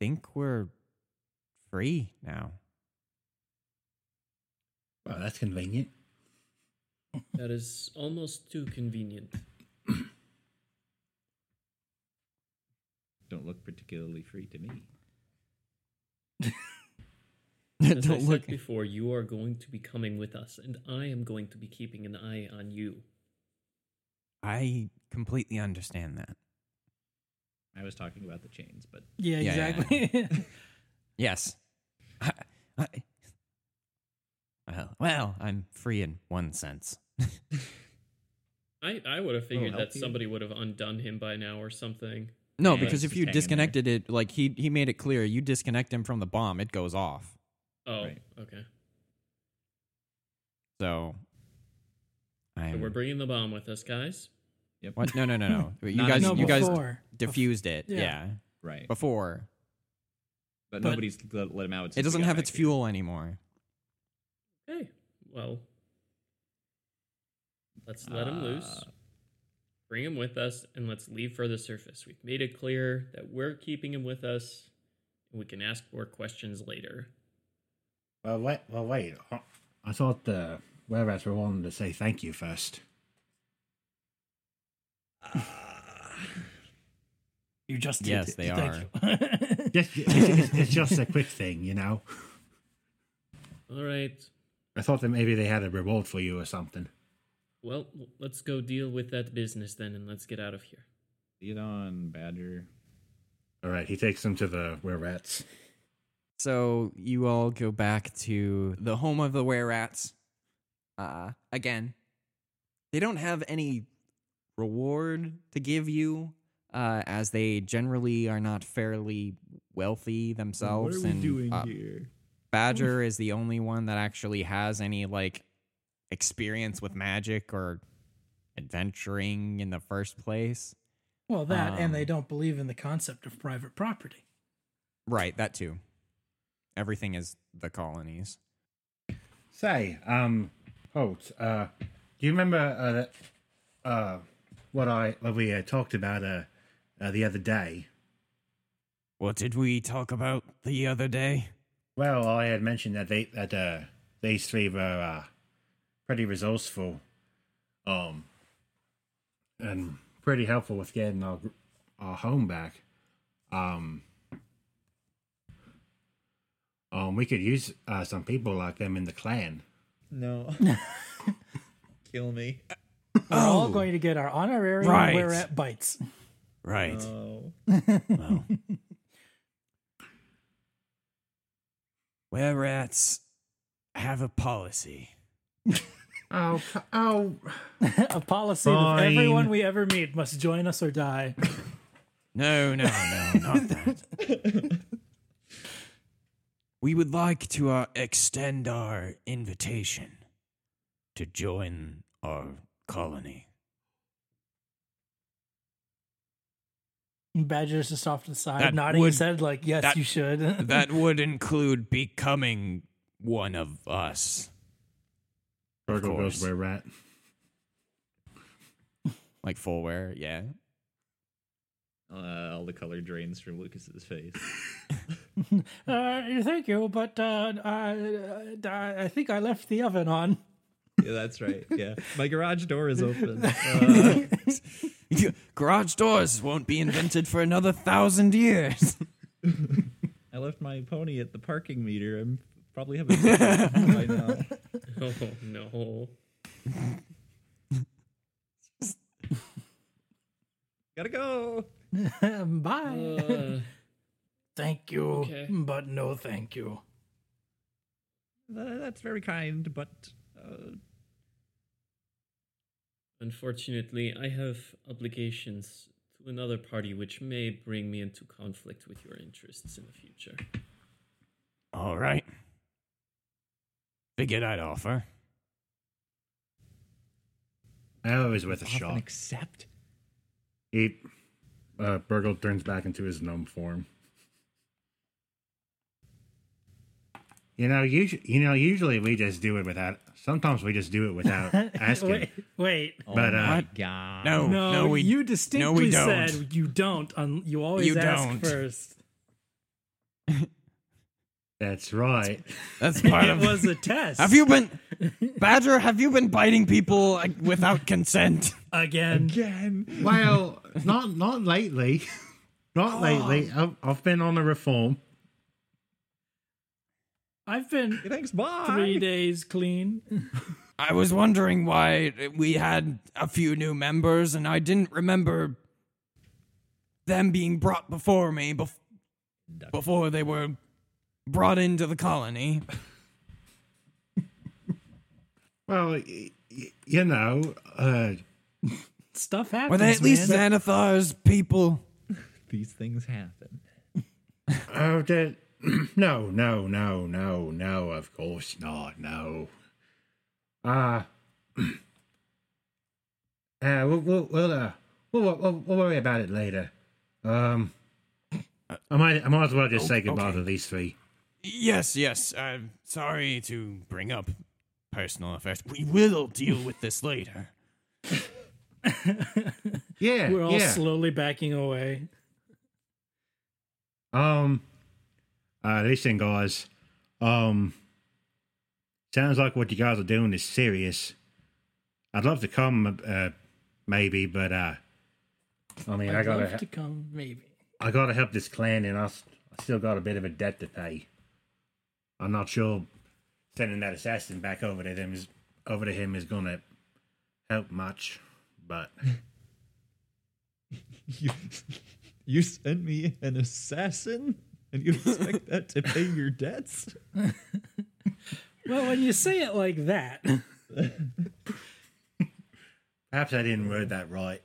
Speaker 2: think we're free *laughs* now
Speaker 6: Well, that's convenient.
Speaker 7: That is almost too convenient.
Speaker 4: Don't look particularly free to me.
Speaker 7: As I
Speaker 2: *laughs* Don't
Speaker 7: said
Speaker 2: look.
Speaker 7: before, you are going to be coming with us, and I am going to be keeping an eye on you.
Speaker 2: I completely understand that.
Speaker 4: I was talking about the chains, but
Speaker 5: Yeah,
Speaker 2: Yeah, yeah,
Speaker 5: exactly. *laughs*
Speaker 2: Yes. *laughs* I, I, well, well, I'm free in one sense.
Speaker 7: I, I would have figured
Speaker 4: help
Speaker 7: that
Speaker 4: you.
Speaker 7: somebody would have undone him by now or something.
Speaker 2: No,
Speaker 4: Yeah,
Speaker 2: because
Speaker 4: it's
Speaker 2: if
Speaker 4: just
Speaker 2: you
Speaker 4: hanging there.
Speaker 2: disconnected it, like he he made it clear, you disconnect him from the bomb, it goes off.
Speaker 7: Oh,
Speaker 4: Right.
Speaker 7: okay.
Speaker 2: So,
Speaker 7: So
Speaker 2: I'm,
Speaker 7: we're bringing the bomb with us, guys.
Speaker 4: yep.
Speaker 2: what? No, no, no, *laughs* no. Wait, you
Speaker 4: Not
Speaker 2: guys,
Speaker 4: as
Speaker 5: no,
Speaker 2: you guys
Speaker 5: before.
Speaker 2: diffused it.
Speaker 5: Yeah.
Speaker 2: Yeah.
Speaker 4: Right. But,
Speaker 2: before
Speaker 5: but-
Speaker 4: nobody's let, let him out. since
Speaker 2: it
Speaker 4: we
Speaker 2: doesn't
Speaker 4: got
Speaker 2: have
Speaker 4: back
Speaker 2: its
Speaker 4: here.
Speaker 2: fuel anymore.
Speaker 7: Hey, well, let's let him loose.
Speaker 4: Uh,
Speaker 7: Bring him with us, and let's leave for the surface. We've made it clear that we're keeping him with us, and we can ask more questions later.
Speaker 6: Well, wait. Well, wait. Huh. I thought uh, the whereabouts were wanting to say thank you first.
Speaker 5: You just did
Speaker 2: Yes,
Speaker 5: it.
Speaker 2: they
Speaker 5: Thank you. *laughs*
Speaker 6: Just, it's, it's- it's just a quick thing, you know.
Speaker 7: All right.
Speaker 6: I thought that maybe they had a reward for you or something.
Speaker 7: Well, let's go deal with that business then, and let's get out of here.
Speaker 4: Lead on, Badger.
Speaker 6: All right, he takes them to the where rats.
Speaker 11: So you all go back to the home of the were rats. Uh, again,
Speaker 2: They don't have any reward to give you, uh, as they generally are not fairly wealthy themselves. and, uh,
Speaker 4: here?
Speaker 2: Badger is the only one that actually has any like experience with magic or adventuring in the first place.
Speaker 5: well, that and they
Speaker 2: Um,
Speaker 5: don't believe in the concept of private property.
Speaker 2: Right, that too. Everything is the colonies.
Speaker 6: Say, um, Holt, uh, do you remember uh, uh, what I what we uh, talked about uh, uh, the other day?
Speaker 2: What did we talk about the other day?
Speaker 6: Well, I had mentioned that they that uh, these three were uh, pretty resourceful, um, and pretty helpful with getting our gr- our home back. Um, um, we could use uh, some people like them in the clan.
Speaker 2: *laughs*
Speaker 4: No. Kill me.
Speaker 5: We're all going to get our honorary
Speaker 2: Right.
Speaker 5: we're at bites. *laughs*
Speaker 2: Right.
Speaker 4: No.
Speaker 2: Well. Where rats have a policy.
Speaker 6: Oh, c- oh,
Speaker 5: a policy that
Speaker 6: Fine.
Speaker 5: everyone we ever meet must join us or die.
Speaker 2: No, no, no, not that. we would like to uh, extend our invitation to join our colony.
Speaker 5: Badger's just off to the side,
Speaker 2: That
Speaker 5: nodding
Speaker 2: would-
Speaker 5: his head like, "Yes,
Speaker 2: that-
Speaker 5: you should." *laughs*
Speaker 2: That would include becoming one of us.
Speaker 6: Virgil
Speaker 2: course.
Speaker 6: goes where rat.
Speaker 2: Like full wear,
Speaker 1: *laughs*
Speaker 2: yeah.
Speaker 4: Uh, all the color drains from Lucas's face.
Speaker 5: uh, thank you, but uh, I, I think I left the oven on. *laughs*
Speaker 4: Yeah, that's right. Yeah, my garage door is open.
Speaker 2: *laughs*
Speaker 4: Uh,
Speaker 2: Garage doors won't be invented for another thousand years.
Speaker 4: I left my pony at the parking meter. I'm probably having
Speaker 2: *laughs*
Speaker 4: by now.
Speaker 7: Oh no.
Speaker 4: Gotta go.
Speaker 5: Bye.
Speaker 7: Uh,
Speaker 5: thank you,
Speaker 7: okay.
Speaker 5: but no thank you.
Speaker 4: Th- Uh, That's very kind, but uh,
Speaker 7: unfortunately, I have obligations to another party which may bring me into conflict with your interests in the future.
Speaker 1: *laughs* All right. Figured I'd offer.
Speaker 6: That was worth a
Speaker 4: often
Speaker 6: shot.
Speaker 4: accept.
Speaker 6: He, uh, Burgle turns back into his gnome form. You know, usually, you know, usually we just do it without. Sometimes we just do it *laughs* without asking.
Speaker 5: Wait, wait.
Speaker 6: But
Speaker 4: Oh My
Speaker 6: uh,
Speaker 4: God.
Speaker 1: No,
Speaker 5: no,
Speaker 1: Oh, no, we.
Speaker 5: you
Speaker 1: no,
Speaker 5: distinctly
Speaker 1: we don't.
Speaker 5: said you don't. Un- you always
Speaker 1: You
Speaker 5: ask
Speaker 1: don't.
Speaker 5: first.
Speaker 6: that's right.
Speaker 1: that's
Speaker 5: *laughs*
Speaker 1: part
Speaker 5: it
Speaker 1: of.
Speaker 5: was a test.
Speaker 1: *laughs* have you been, Badger? Have you been biting people like, without consent?
Speaker 5: again?
Speaker 6: Well, not not lately. *gasps* Not lately. I've, I've been on a reform.
Speaker 5: I've been
Speaker 4: Thanks, bye.
Speaker 5: three days clean.
Speaker 1: I was wondering why we had a few new members, and I didn't remember them being brought before me bef- before they were brought into the colony.
Speaker 6: Well, y- y- you know, uh,
Speaker 5: Stuff happens.
Speaker 1: Were they at least
Speaker 5: man.
Speaker 1: Xanathar's people?
Speaker 4: These things happen.
Speaker 6: oh, that, *clears throat* no, no, no, no, no. Of course not. No. Uh, *clears throat* uh we'll we'll we'll, uh, we'll we'll we'll worry about it later. Um, I might I might as well
Speaker 5: Oh,
Speaker 6: just say goodbye
Speaker 1: okay.
Speaker 6: to these three.
Speaker 1: Yes, yes. I'm sorry to bring up personal affairs. We will deal with this later.
Speaker 6: Yeah,
Speaker 5: We're all
Speaker 6: yeah.
Speaker 5: slowly backing away.
Speaker 6: Um, uh, listen, guys. Um, sounds like what you guys are doing is serious. I'd love to come, uh, maybe, but uh, I mean,
Speaker 5: I'd
Speaker 6: I, gotta,
Speaker 5: love to come, maybe.
Speaker 6: I gotta help this clan, and I, s- I still got a bit of a debt to pay. I'm not sure sending that assassin back over to them is over to him is gonna help much, but
Speaker 4: You, you sent me an assassin, and you expect that to pay your debts?
Speaker 5: Well, when you say it like that,
Speaker 6: perhaps I didn't word that right.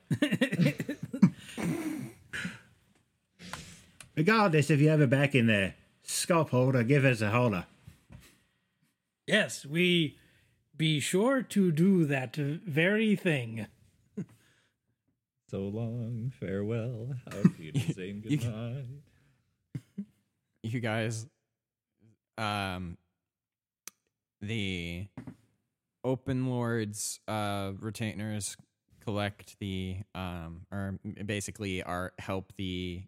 Speaker 6: Regardless, if you're ever back in the scalp holder, give us a holder.
Speaker 5: yes, we be sure to do that very thing.
Speaker 4: So long, farewell, auf Wiedersehen, goodbye.
Speaker 2: you guys um the open lords uh retainers collect the um or basically are help the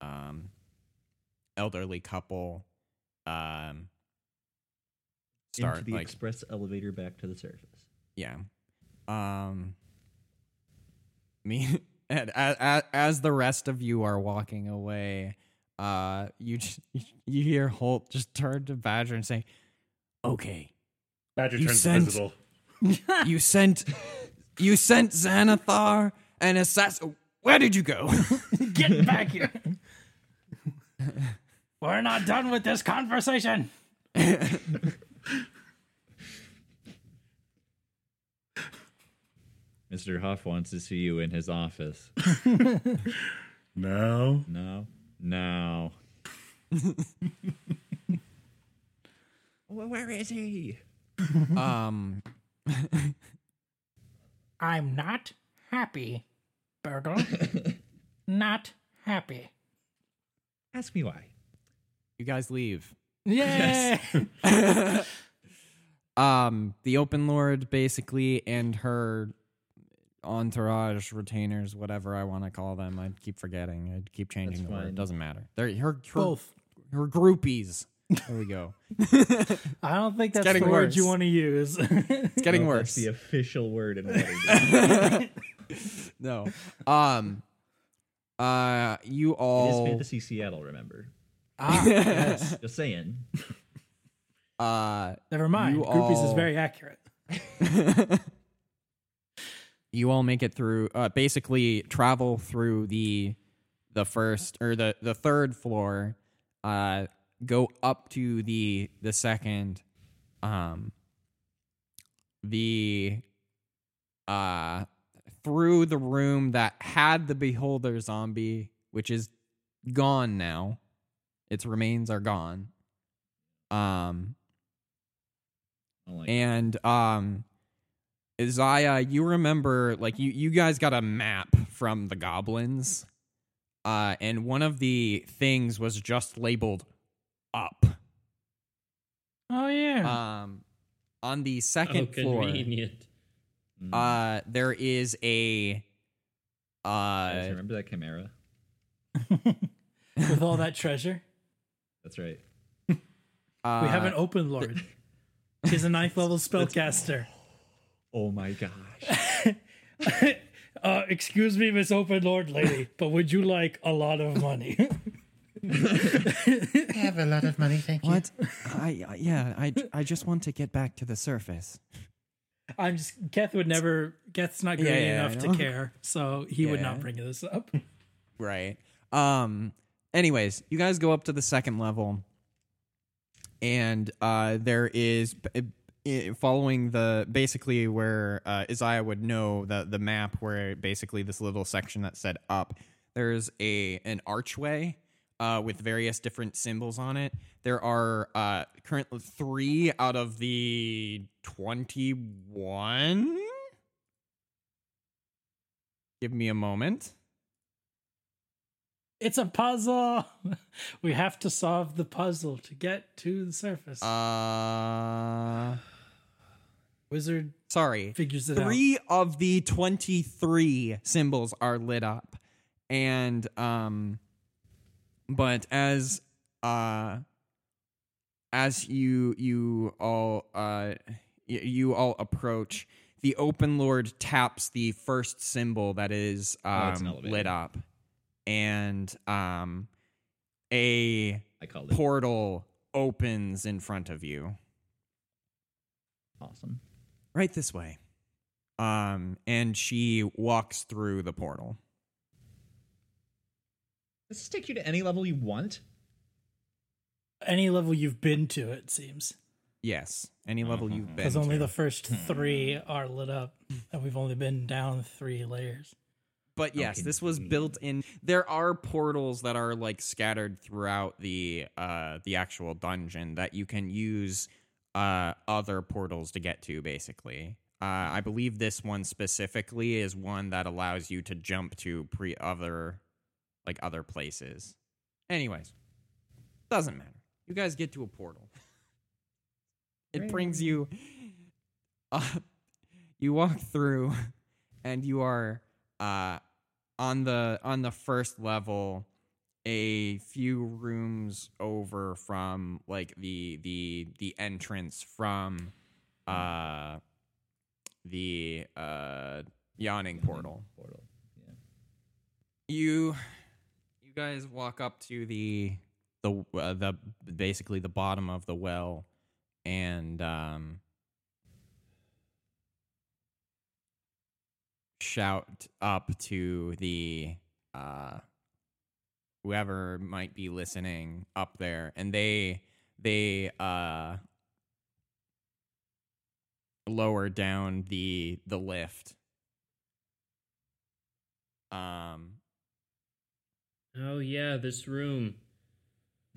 Speaker 2: um elderly couple um start
Speaker 4: Into the
Speaker 2: like
Speaker 4: express elevator back to the surface.
Speaker 2: yeah um me *laughs* and as, as the rest of you are walking away uh you j- you hear holt just turn to badger and say
Speaker 1: Okay.
Speaker 6: Badger
Speaker 1: You sent- You sent you sent Xanathar an assassin. Where did you go?
Speaker 5: Get back here. *laughs* We're not done with this conversation.
Speaker 4: Mr. Huff wants to see you in his office.
Speaker 6: No.
Speaker 4: No, *laughs* no. well, where is he?
Speaker 2: *laughs* um
Speaker 5: I'm not happy, *laughs* Burgle. not happy.
Speaker 4: Ask me why.
Speaker 2: you guys leave
Speaker 5: Yay!
Speaker 2: um the open lord basically and her entourage retainers whatever i want to call them i keep forgetting i keep changing
Speaker 4: That's
Speaker 2: the word
Speaker 4: fine.
Speaker 2: doesn't matter they're her, her
Speaker 5: *laughs* Both.
Speaker 2: her groupies there we go
Speaker 5: I don't think that's
Speaker 2: getting
Speaker 5: the word
Speaker 2: worse.
Speaker 5: you want to use. *laughs*
Speaker 2: it's getting
Speaker 4: Well,
Speaker 2: worse
Speaker 4: That's the official word *laughs* in Waterdeep.
Speaker 2: no um uh you
Speaker 4: it is
Speaker 2: all
Speaker 4: Fantasy Seattle, remember? *laughs* Just saying.
Speaker 2: uh
Speaker 5: Never mind.
Speaker 2: You
Speaker 5: Groupies is
Speaker 2: all-
Speaker 5: very accurate.
Speaker 2: you all make it through uh basically travel through the the first or the the third floor, uh, go up to the the second, um, the uh through the room that had the beholder zombie, which is gone now. Its remains are gone. Um
Speaker 4: Like,
Speaker 2: and um Isaiah, you remember like you you guys got a map from the goblins. Uh and one of the things was just labeled up.
Speaker 5: Oh yeah.
Speaker 2: Um on the second
Speaker 7: How
Speaker 2: floor
Speaker 7: convenient.
Speaker 4: mm,
Speaker 2: uh there is a uh
Speaker 4: guys, remember that chimera?
Speaker 5: With all that treasure,
Speaker 4: That's right.
Speaker 5: we
Speaker 2: uh,
Speaker 5: have an open lord. He's a ninth
Speaker 2: *laughs*
Speaker 5: level spellcaster.
Speaker 4: Oh my gosh.
Speaker 5: uh, excuse me, Miss Open Lord Lady, but would you like a lot of money? *laughs*
Speaker 6: I have a lot of money, thank you.
Speaker 1: What? I, I yeah. I I just want to get back to the surface.
Speaker 5: I'm just Geth would never. Geth's not greedy
Speaker 2: Yeah, yeah, I
Speaker 5: enough to
Speaker 2: know.
Speaker 5: care, so he would not
Speaker 2: Yeah.
Speaker 5: bring this up.
Speaker 2: Right. Um anyways, you guys go up to the second level and uh there is b- i- following the basically where uh Isaiah would know the the map where basically this little section that said up there's a an archway uh with various different symbols on it. There are uh currently 3 out of the 21 Give me a moment.
Speaker 5: It's a puzzle. *laughs* We have to solve the puzzle to get to the surface.
Speaker 2: Uh,
Speaker 5: Wizard
Speaker 2: sorry.
Speaker 5: figures it out.
Speaker 2: Three of the 23 symbols are lit up. And, um, but as, uh, as you, you all, uh, y- you all approach, the open lord taps the first symbol that is,
Speaker 4: Oh, it's
Speaker 2: um,
Speaker 4: an elevator.
Speaker 2: lit up. And, um, a
Speaker 4: I called it.
Speaker 2: portal opens in front of you.
Speaker 4: Awesome.
Speaker 2: right this way um and she walks through the portal
Speaker 4: Does this take you to any level you want?
Speaker 5: Any level you've been to, it seems,
Speaker 2: yes any level you've been
Speaker 5: because only
Speaker 2: to. Hmm.
Speaker 5: the first three are lit up, and we've only been down three layers.
Speaker 2: but yes this was built in there are portals that are like scattered throughout the uh the actual dungeon that you can use uh other portals to get to basically uh, I believe this one specifically is one that allows you to jump to pre other like other places. Anyways, doesn't matter. You guys get to a portal. It brings you uh, up. You walk through *laughs* and you are uh on the on the first level a few rooms over from like the the the entrance from uh the uh yawning portal
Speaker 4: Portal. Yeah.
Speaker 2: you you guys walk up to the the uh, the basically the bottom of the well and um shout up to the uh whoever might be listening up there and they they uh lower down the the lift um
Speaker 7: Oh yeah, this room,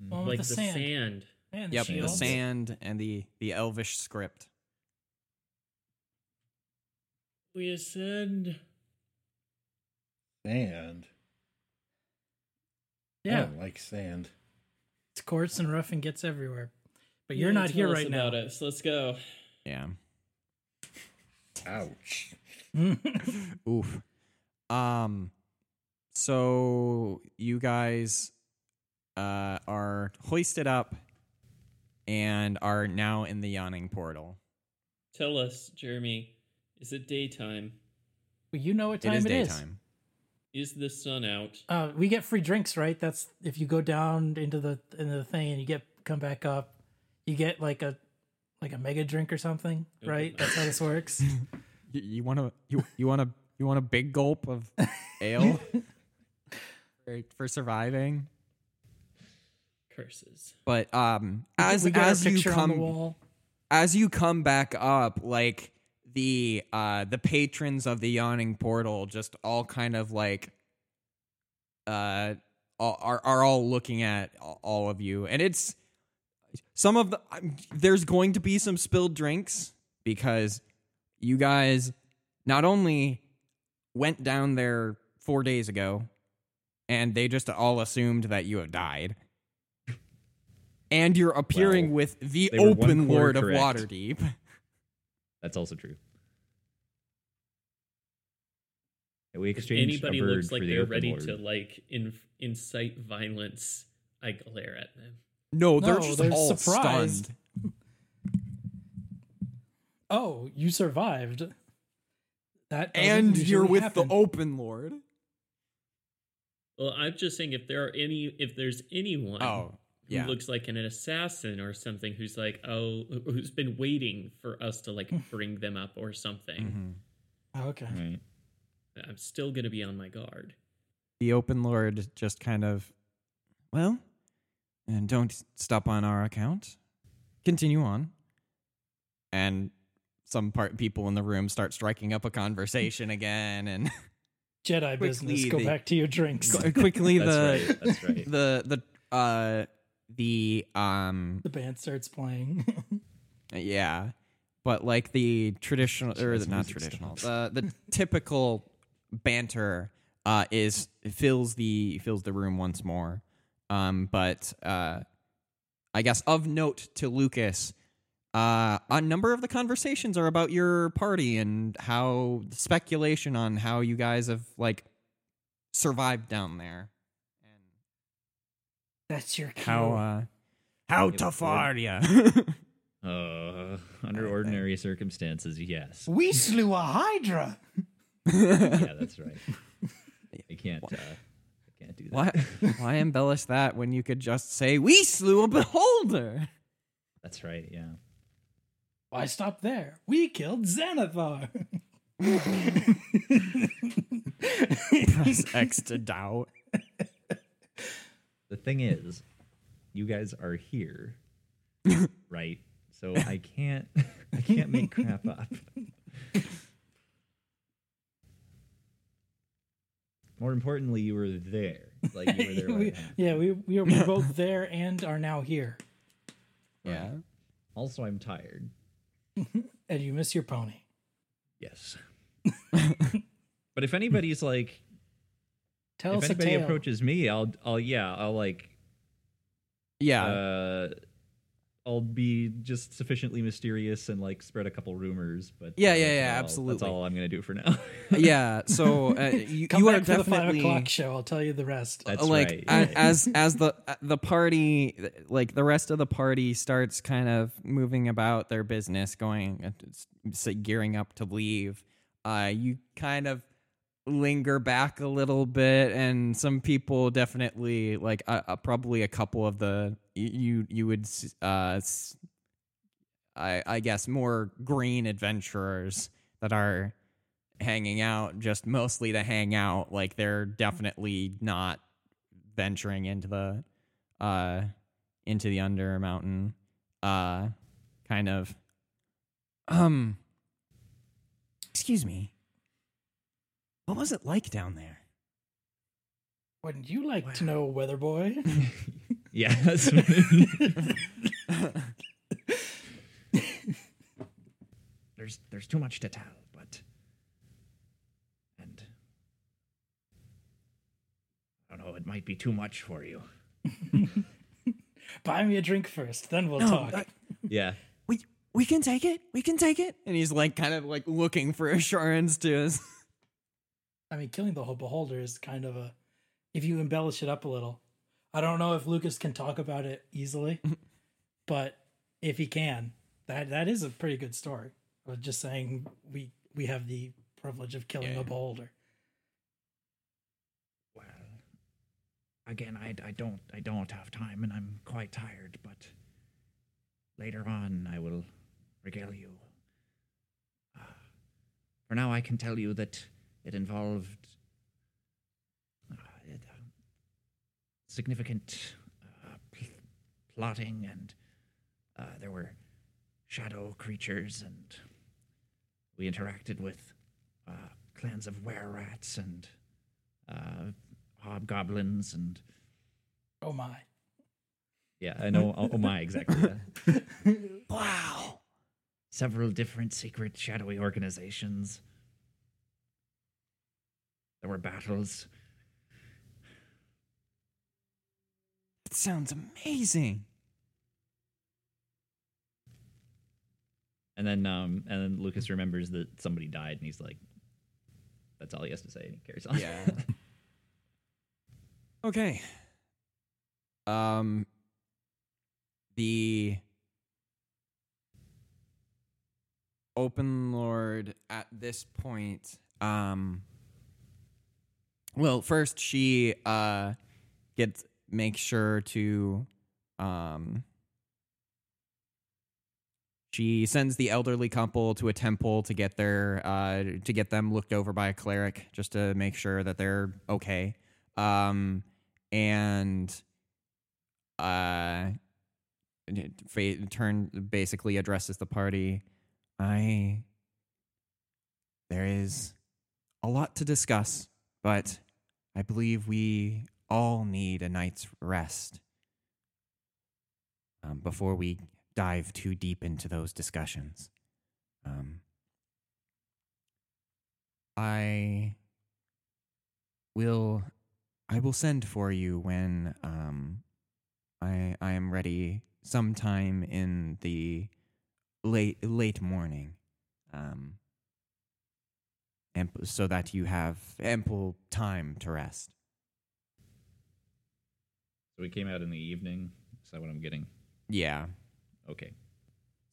Speaker 5: One
Speaker 4: Mm-hmm.
Speaker 5: with
Speaker 7: like
Speaker 5: Oh, the,
Speaker 7: the
Speaker 5: sand,
Speaker 7: sand.
Speaker 5: and
Speaker 2: Yep, the
Speaker 5: shield.
Speaker 2: sand and the the elvish script.
Speaker 7: We
Speaker 2: Oh.
Speaker 7: ascend.
Speaker 8: Sand. I
Speaker 5: Yeah,
Speaker 8: don't like sand.
Speaker 5: it's coarse and rough and gets everywhere. But you're not
Speaker 7: Tell
Speaker 5: here
Speaker 7: us
Speaker 5: right now.
Speaker 7: about it, so let's go.
Speaker 2: Yeah.
Speaker 8: Ouch.
Speaker 5: *laughs*
Speaker 2: Oof. Um. So you guys uh, are hoisted up and are now in the yawning portal.
Speaker 7: Tell us, Jeremy. Is it daytime?
Speaker 5: Well, you know what time
Speaker 2: it is
Speaker 5: it is.
Speaker 2: daytime.
Speaker 7: Is the sun out?
Speaker 5: Uh, we get free drinks, right? That's if you go down into the into the thing and you get come back up, you get like a like a mega drink or something, right? That's how this works. *laughs*
Speaker 2: You, you want to you you want to you want a big gulp of ale? for, for surviving.
Speaker 7: Curses.
Speaker 2: But um,
Speaker 5: We-
Speaker 2: as
Speaker 5: we got our
Speaker 2: as you
Speaker 5: picture on the
Speaker 2: come
Speaker 5: wall.
Speaker 2: as you come back up, like the uh the patrons of the yawning portal just all kind of like uh all- are are all looking at a- all of you, and it's some of the I'm- there's going to be some spilled drinks because you guys not only went down there four days ago, and they just all assumed that you have died. And you're appearing
Speaker 4: Well,
Speaker 2: with the
Speaker 4: they were one
Speaker 2: open
Speaker 4: quarter
Speaker 2: lord of
Speaker 4: correct.
Speaker 2: Waterdeep.
Speaker 4: That's also true. Yeah, We
Speaker 7: If
Speaker 4: exchanged
Speaker 7: anybody
Speaker 4: a bird
Speaker 7: looks like
Speaker 4: for the
Speaker 7: they're
Speaker 4: open
Speaker 7: ready
Speaker 4: lord.
Speaker 7: to like in- incite violence, I glare at them.
Speaker 2: No, they're
Speaker 5: No,
Speaker 2: just
Speaker 5: they're
Speaker 2: all
Speaker 5: surprised.
Speaker 2: stunned.
Speaker 5: Oh, you survived. That doesn't
Speaker 2: And you're
Speaker 5: usually
Speaker 2: with
Speaker 5: happen.
Speaker 2: the open lord.
Speaker 7: Well, I'm just saying if there are any, if there's anyone
Speaker 2: Oh, yeah.
Speaker 7: who looks like an assassin or something, who's like, oh, who's been waiting for us to like
Speaker 5: Mm.
Speaker 7: bring them up or something,
Speaker 2: Mm-hmm.
Speaker 5: Oh, okay.
Speaker 4: Right.
Speaker 7: I'm still gonna be on my guard.
Speaker 2: The open lord just kind of, well, and don't stop on our account. Continue on. And some part people in the room start striking up a conversation again, and *laughs*
Speaker 5: Jedi business. Go
Speaker 2: the-
Speaker 5: back to your drinks.
Speaker 2: quickly
Speaker 4: That's
Speaker 2: the
Speaker 4: right. That's right.
Speaker 2: *laughs* the the uh the um
Speaker 5: *laughs* the band starts playing. *laughs*
Speaker 2: Uh, yeah but like the traditional or the, not traditional the the *laughs* typical banter uh is fills the fills the room once more um but uh i guess of note to lucas uh, a number of the conversations are about your party and how speculation on how you guys have like survived down there and
Speaker 5: That's your cue.
Speaker 2: how uh how tough are ya?
Speaker 4: Uh, under ordinary circumstances,
Speaker 5: *laughs*
Speaker 4: yes.
Speaker 12: We slew a Hydra.
Speaker 2: *laughs*
Speaker 4: Yeah, that's right. I can't. Uh, I can't do that.
Speaker 2: why why embellish that when you could just say we slew a
Speaker 5: *laughs*
Speaker 2: beholder
Speaker 4: That's right. Yeah.
Speaker 5: Why stop there? We killed Xanathar.
Speaker 2: *laughs* press
Speaker 5: *laughs*
Speaker 2: x to doubt
Speaker 4: The thing is, you guys are
Speaker 5: *laughs*
Speaker 4: here, right? So I can't. I can't make crap up. More importantly, you were there. Like you were there. when
Speaker 5: *laughs* We-
Speaker 4: it happened.
Speaker 5: yeah, we, we are
Speaker 4: *laughs*
Speaker 5: both there and are now here.
Speaker 2: yeah
Speaker 4: Also, I'm tired.
Speaker 5: And you miss your pony.
Speaker 4: Yes.
Speaker 5: *laughs*
Speaker 4: but if anybody's like,
Speaker 5: Tell
Speaker 4: if
Speaker 5: us a
Speaker 4: anybody
Speaker 5: tale.
Speaker 4: approaches me, I'll, I'll, yeah, I'll like,
Speaker 2: yeah
Speaker 4: uh, I'll be just sufficiently mysterious and like spread a couple rumors. But
Speaker 2: Yeah,
Speaker 4: uh,
Speaker 2: yeah, yeah,
Speaker 4: that's all- That's
Speaker 2: absolutely.
Speaker 4: all I'm gonna do for now. *laughs*
Speaker 2: yeah so
Speaker 5: *laughs*
Speaker 2: uh, you,
Speaker 5: Come
Speaker 2: you
Speaker 5: back
Speaker 2: are
Speaker 5: for the five
Speaker 2: definitely Uh,
Speaker 5: o'clock show. I'll tell you the rest.
Speaker 4: That's
Speaker 2: like
Speaker 4: right.
Speaker 2: a-
Speaker 4: yeah.
Speaker 2: as as the uh, the party like the rest of the party starts kind of moving about their business going uh, s- s- gearing up to leave uh you kind of linger back a little bit and some people definitely like uh, uh, probably a couple of the y- you you would s- uh s- I, I guess more green adventurers that are hanging out just mostly to hang out like they're definitely not venturing into the uh into the under mountain uh kind of um excuse me what was it like down there
Speaker 5: Wouldn't you like to know, Weather Boy?
Speaker 2: *laughs*
Speaker 4: *laughs* yeah. that's-
Speaker 13: There's there's too much to tell, but and I don't know. It might be too much for you.
Speaker 5: Buy me a drink first, then we'll talk.
Speaker 4: yeah.
Speaker 2: *laughs* we we can take it we can take it and he's like kind of like looking for assurance to *laughs* his
Speaker 5: I mean, killing the whole beholder is kind of a if you embellish it up a little. I don't know if Lucas can talk about it easily, but if he can, that that is a pretty good story. I was just saying we we have the privilege of killing
Speaker 2: Yeah.
Speaker 5: a beholder.
Speaker 13: Well, again, I, I don't I don't have time, and I'm quite tired. But later on, I will regale you. Uh, for now, I can tell you that it involved uh, it, uh,
Speaker 4: significant uh, pl- plotting, and uh, there were shadow creatures, and we interacted with uh, clans of were rats and uh, hobgoblins, and
Speaker 5: Oh my.
Speaker 4: yeah, I know. oh, oh my, exactly. yeah.
Speaker 1: Wow.
Speaker 4: Several different secret shadowy organizations. There were battles.
Speaker 1: That sounds amazing.
Speaker 4: And then um and then Lucas remembers that somebody died and he's like that's all he has to say and he carries on.
Speaker 2: Yeah.
Speaker 1: Okay.
Speaker 2: Um, the open lord at this point, um, well, first she uh gets makes sure to um she sends the elderly couple to a temple to get their uh to get them looked over by a cleric just to make sure that they're okay. Um and uh fa- turn basically addresses the party i there is a lot to discuss but i believe we all need a night's rest um, before we dive too deep into those discussions um, i will I will send for you when um, I I am ready sometime in the late late morning, um, and so that you have ample time to rest.
Speaker 4: So we came out in the evening. Is that what I'm getting?
Speaker 2: Yeah.
Speaker 4: Okay.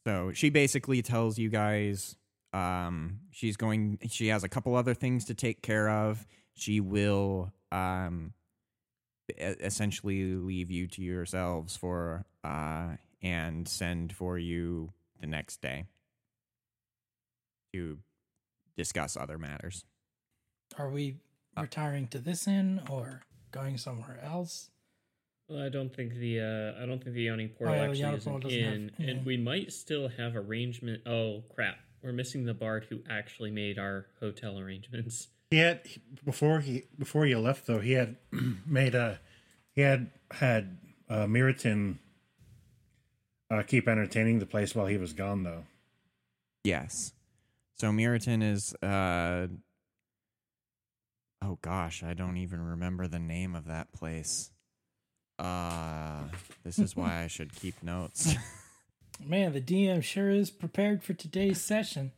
Speaker 2: So she basically tells you guys um, she's going. She has a couple other things to take care of. She will um, e- essentially leave you to yourselves for uh, and send for you the next day to discuss other matters.
Speaker 5: Are we retiring to this inn or going somewhere else?
Speaker 7: Well, I don't think the uh, I don't think the Yawning
Speaker 5: Oh,
Speaker 7: Portal
Speaker 5: yeah, the
Speaker 7: actually
Speaker 5: Yawning
Speaker 7: is
Speaker 5: Portal
Speaker 7: an
Speaker 5: doesn't have-
Speaker 7: inn,
Speaker 5: yeah.
Speaker 7: and we might still have arrangement. Oh crap, we're missing the bard who actually made our hotel arrangements. *laughs*
Speaker 6: He had before he before you left though. He had *clears throat* made a he had had uh, Miriton uh, keep entertaining the place while he was gone though.
Speaker 2: Yes. So Miriton is uh Oh gosh, I don't even remember the name of that place. Uh this is why I should keep notes.
Speaker 6: *laughs*
Speaker 5: Man, the DM sure is prepared for today's session.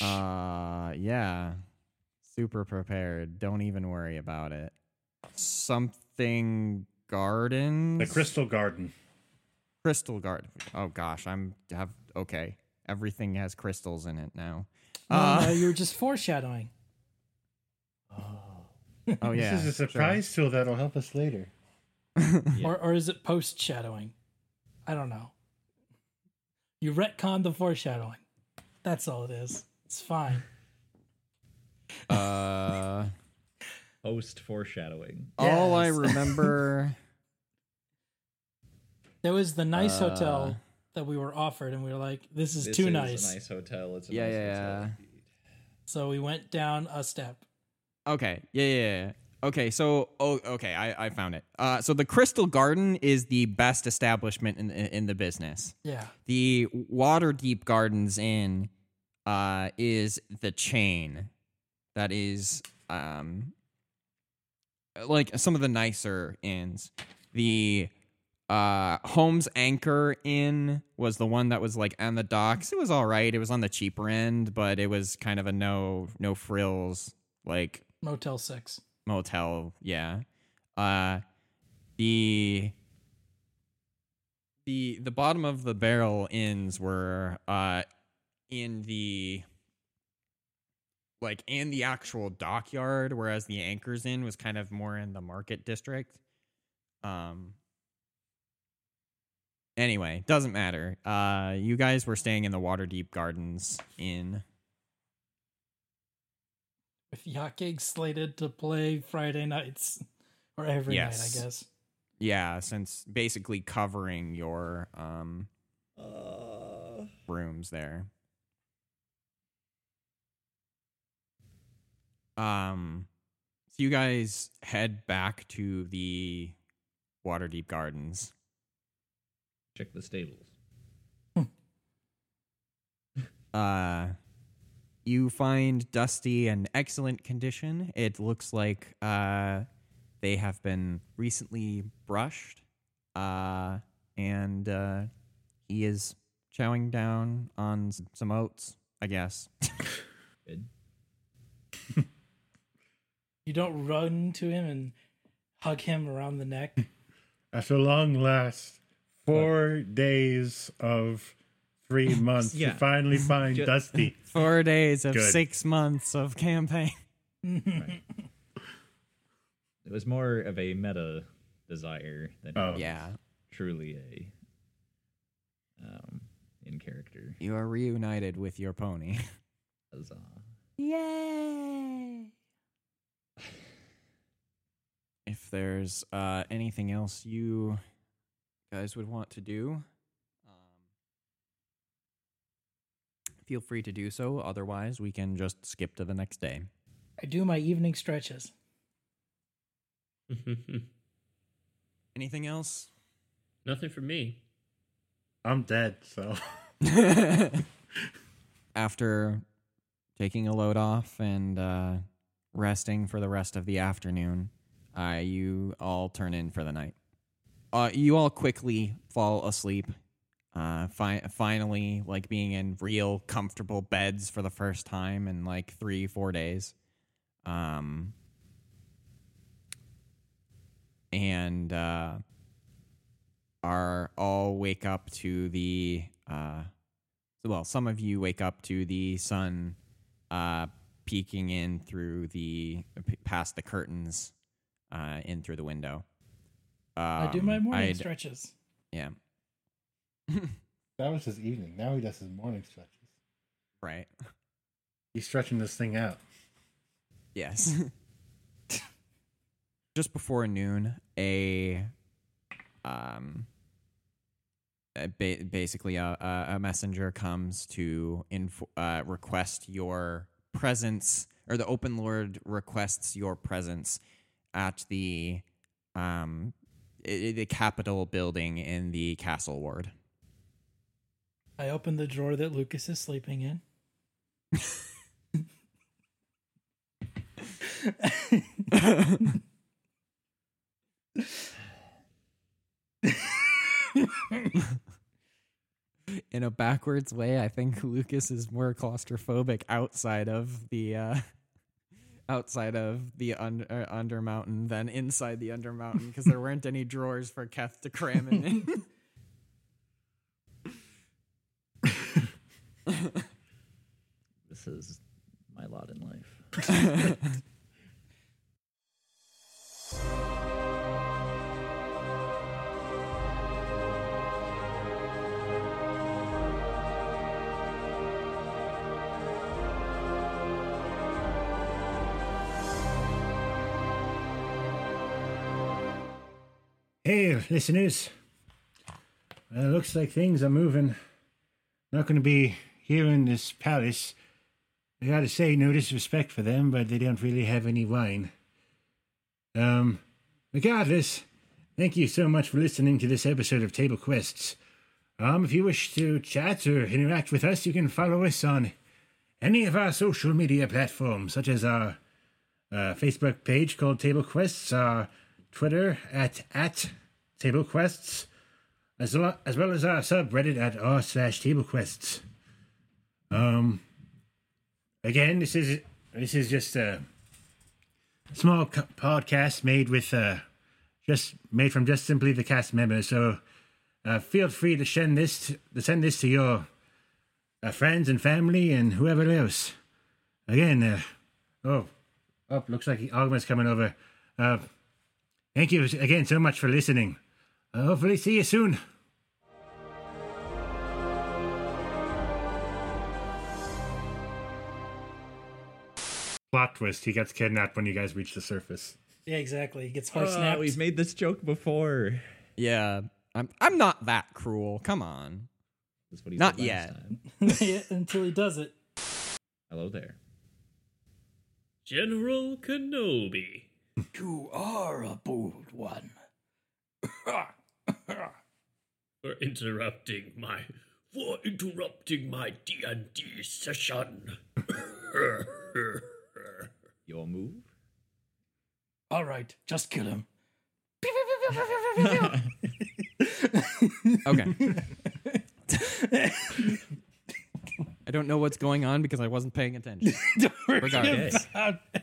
Speaker 2: Uh, yeah. Super prepared. Don't even worry about it. Something gardens.
Speaker 6: The Crystal Garden.
Speaker 2: crystal garden. Oh gosh, I'm have okay. Everything has crystals in it now.
Speaker 5: No,
Speaker 2: Uh,
Speaker 5: no, you were just foreshadowing.
Speaker 2: *laughs* oh yeah.
Speaker 6: this is a
Speaker 2: sure.
Speaker 6: surprise tool that'll help us later.
Speaker 5: Or, or is it post shadowing? I don't know. You retcon the foreshadowing. That's all it is. It's fine.
Speaker 2: Uh,
Speaker 4: Post foreshadowing.
Speaker 2: all I
Speaker 5: Yes.
Speaker 2: remember.
Speaker 5: There was the nice
Speaker 2: Uh,
Speaker 5: hotel that we were offered, and we were like, "This is
Speaker 4: This
Speaker 5: too
Speaker 4: is
Speaker 5: nice."
Speaker 4: A nice hotel. It's a
Speaker 2: Yeah,
Speaker 4: nice
Speaker 2: yeah,
Speaker 4: hotel.
Speaker 5: So we went down a step.
Speaker 2: Okay. Yeah, yeah, yeah. Okay, so oh, okay, I, I found it. Uh, so the Crystal Garden is the best establishment in in the business.
Speaker 5: Yeah,
Speaker 2: the Waterdeep Gardens Inn uh, is the chain that is um, like some of the nicer inns. The uh, Holmes Anchor Inn was the one that was like on the docks. It was all right. It was on the cheaper end, but it was kind of a no no frills like
Speaker 5: Motel Six.
Speaker 2: motel. Yeah. Uh, the the the bottom of the barrel inns were uh in the like in the actual dockyard, whereas the anchors inn was kind of more in the market district. Um. Anyway, doesn't matter. Uh, you guys were staying in the Waterdeep Gardens Inn.
Speaker 5: With Yakig slated to play Friday nights or every
Speaker 2: Yes.
Speaker 5: night, I guess.
Speaker 2: yeah, since basically covering your um
Speaker 4: Uh,
Speaker 2: rooms there. Um, so you guys head back to the Waterdeep Gardens.
Speaker 4: check the stables.
Speaker 2: Uh, you find Dusty in excellent condition. It looks like uh, they have been recently brushed, uh, and uh, he is chowing down on s- some oats, I guess.
Speaker 4: Good.
Speaker 5: You don't run to him and hug him around the neck.
Speaker 6: After long last four days of
Speaker 4: *laughs*
Speaker 6: three months,
Speaker 4: Yeah.
Speaker 6: you
Speaker 4: *laughs*
Speaker 6: finally find
Speaker 4: Ju-
Speaker 6: Dusty.
Speaker 2: Four days of
Speaker 6: Good.
Speaker 2: six months of campaign. *laughs*
Speaker 4: It was more of a meta desire than
Speaker 6: Oh.
Speaker 2: Yeah,
Speaker 4: truly a um, in character.
Speaker 2: you are reunited with your pony. *laughs*
Speaker 4: Huzzah.
Speaker 2: If there's uh, anything else you guys would want to do, um, feel free to do so. Otherwise, we can just skip to the next day.
Speaker 5: I do my evening stretches.
Speaker 2: Anything else?
Speaker 7: Nothing for me.
Speaker 6: I'm dead, so
Speaker 2: *laughs* After taking a load off and uh, resting for the rest of the afternoon, uh, you all turn in for the night. Uh, you all quickly fall asleep. Uh, fi- finally, like being in real comfortable beds for the first time in like three, four days. Um, and uh, are all wake up to the uh, well, some of you wake up to the sun uh, peeking in through the p- past the curtains, uh, in through the window. Um,
Speaker 5: I do my morning
Speaker 2: I'd-
Speaker 5: stretches.
Speaker 2: Yeah,
Speaker 6: that was his evening. Now he does his morning stretches.
Speaker 2: right.
Speaker 6: He's stretching this thing out.
Speaker 2: Yes. *laughs* Just before noon, a um a ba- basically a, a- a messenger comes to inf- uh, request your presence or the open lord requests your presence at the um i- i- the capitol building in the castle ward
Speaker 5: I open the drawer that Lucas is sleeping in.
Speaker 2: in a backwards way, I think *laughs* Lucas is more claustrophobic outside of the uh, *laughs* outside of the un- uh, Undermountain than inside the Undermountain because there weren't any drawers for Keth to cram him in.
Speaker 4: This is my lot in life.
Speaker 6: Hey, listeners. Well, it looks like things are moving. Not going to be here in this palace. I gotta say, no disrespect for them, but they don't really have any wine. Um, regardless, thank you so much for listening to this episode of Table Quests. Um, if you wish to chat or interact with us, you can follow us on any of our social media platforms, such as our uh, Facebook page called Table Quests, our Twitter at at Table Quests, as well as, well as our subreddit at r slash Table Quests. Um, again, this is this is just a small co- podcast made with uh, just made from just simply the cast members. So uh, feel free to send this to, to send this to your uh, friends and family and whoever else. Again, uh, oh, Oh, looks like Ogman's coming over. Uh, thank you again so much for listening. Uh, hopefully, see you soon. Plot twist: He gets kidnapped when you guys reach the surface.
Speaker 5: Yeah, exactly. He gets
Speaker 4: Oh,
Speaker 5: horse snapped. *laughs*
Speaker 4: we've made this joke before.
Speaker 2: Yeah, I'm I'm not that cruel. Come on.
Speaker 4: That's what he
Speaker 2: Not
Speaker 4: said last
Speaker 2: yet.
Speaker 4: time.
Speaker 5: Yeah, until he does it.
Speaker 4: Hello there.
Speaker 7: General Kenobi.
Speaker 5: You are a bold one.
Speaker 7: for interrupting my for interrupting my D and D session.
Speaker 5: *laughs*
Speaker 4: Your move.
Speaker 2: *laughs*
Speaker 5: All right, just kill *laughs* him.
Speaker 2: Okay. I don't know what's going on because I wasn't paying attention.
Speaker 5: Don't worry
Speaker 2: Regardless.
Speaker 5: about it.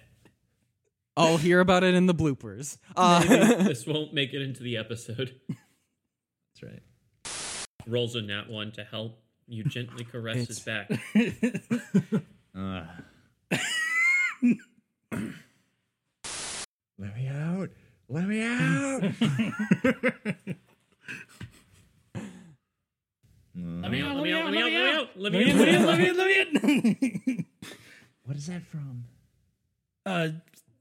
Speaker 2: I'll hear about it in the bloopers. Uh,
Speaker 7: this won't make it into the episode.
Speaker 4: That's right.
Speaker 7: Rolls a nat one to help you gently caress his
Speaker 2: It's-
Speaker 5: *laughs*
Speaker 7: back.
Speaker 4: Ugh. Let me out. Let me out.
Speaker 7: Let me out! Let me out! Let me out! Let me out! Let me
Speaker 5: Let
Speaker 7: out!
Speaker 5: me in, let me in, let me in.
Speaker 4: What is that from?
Speaker 5: uh,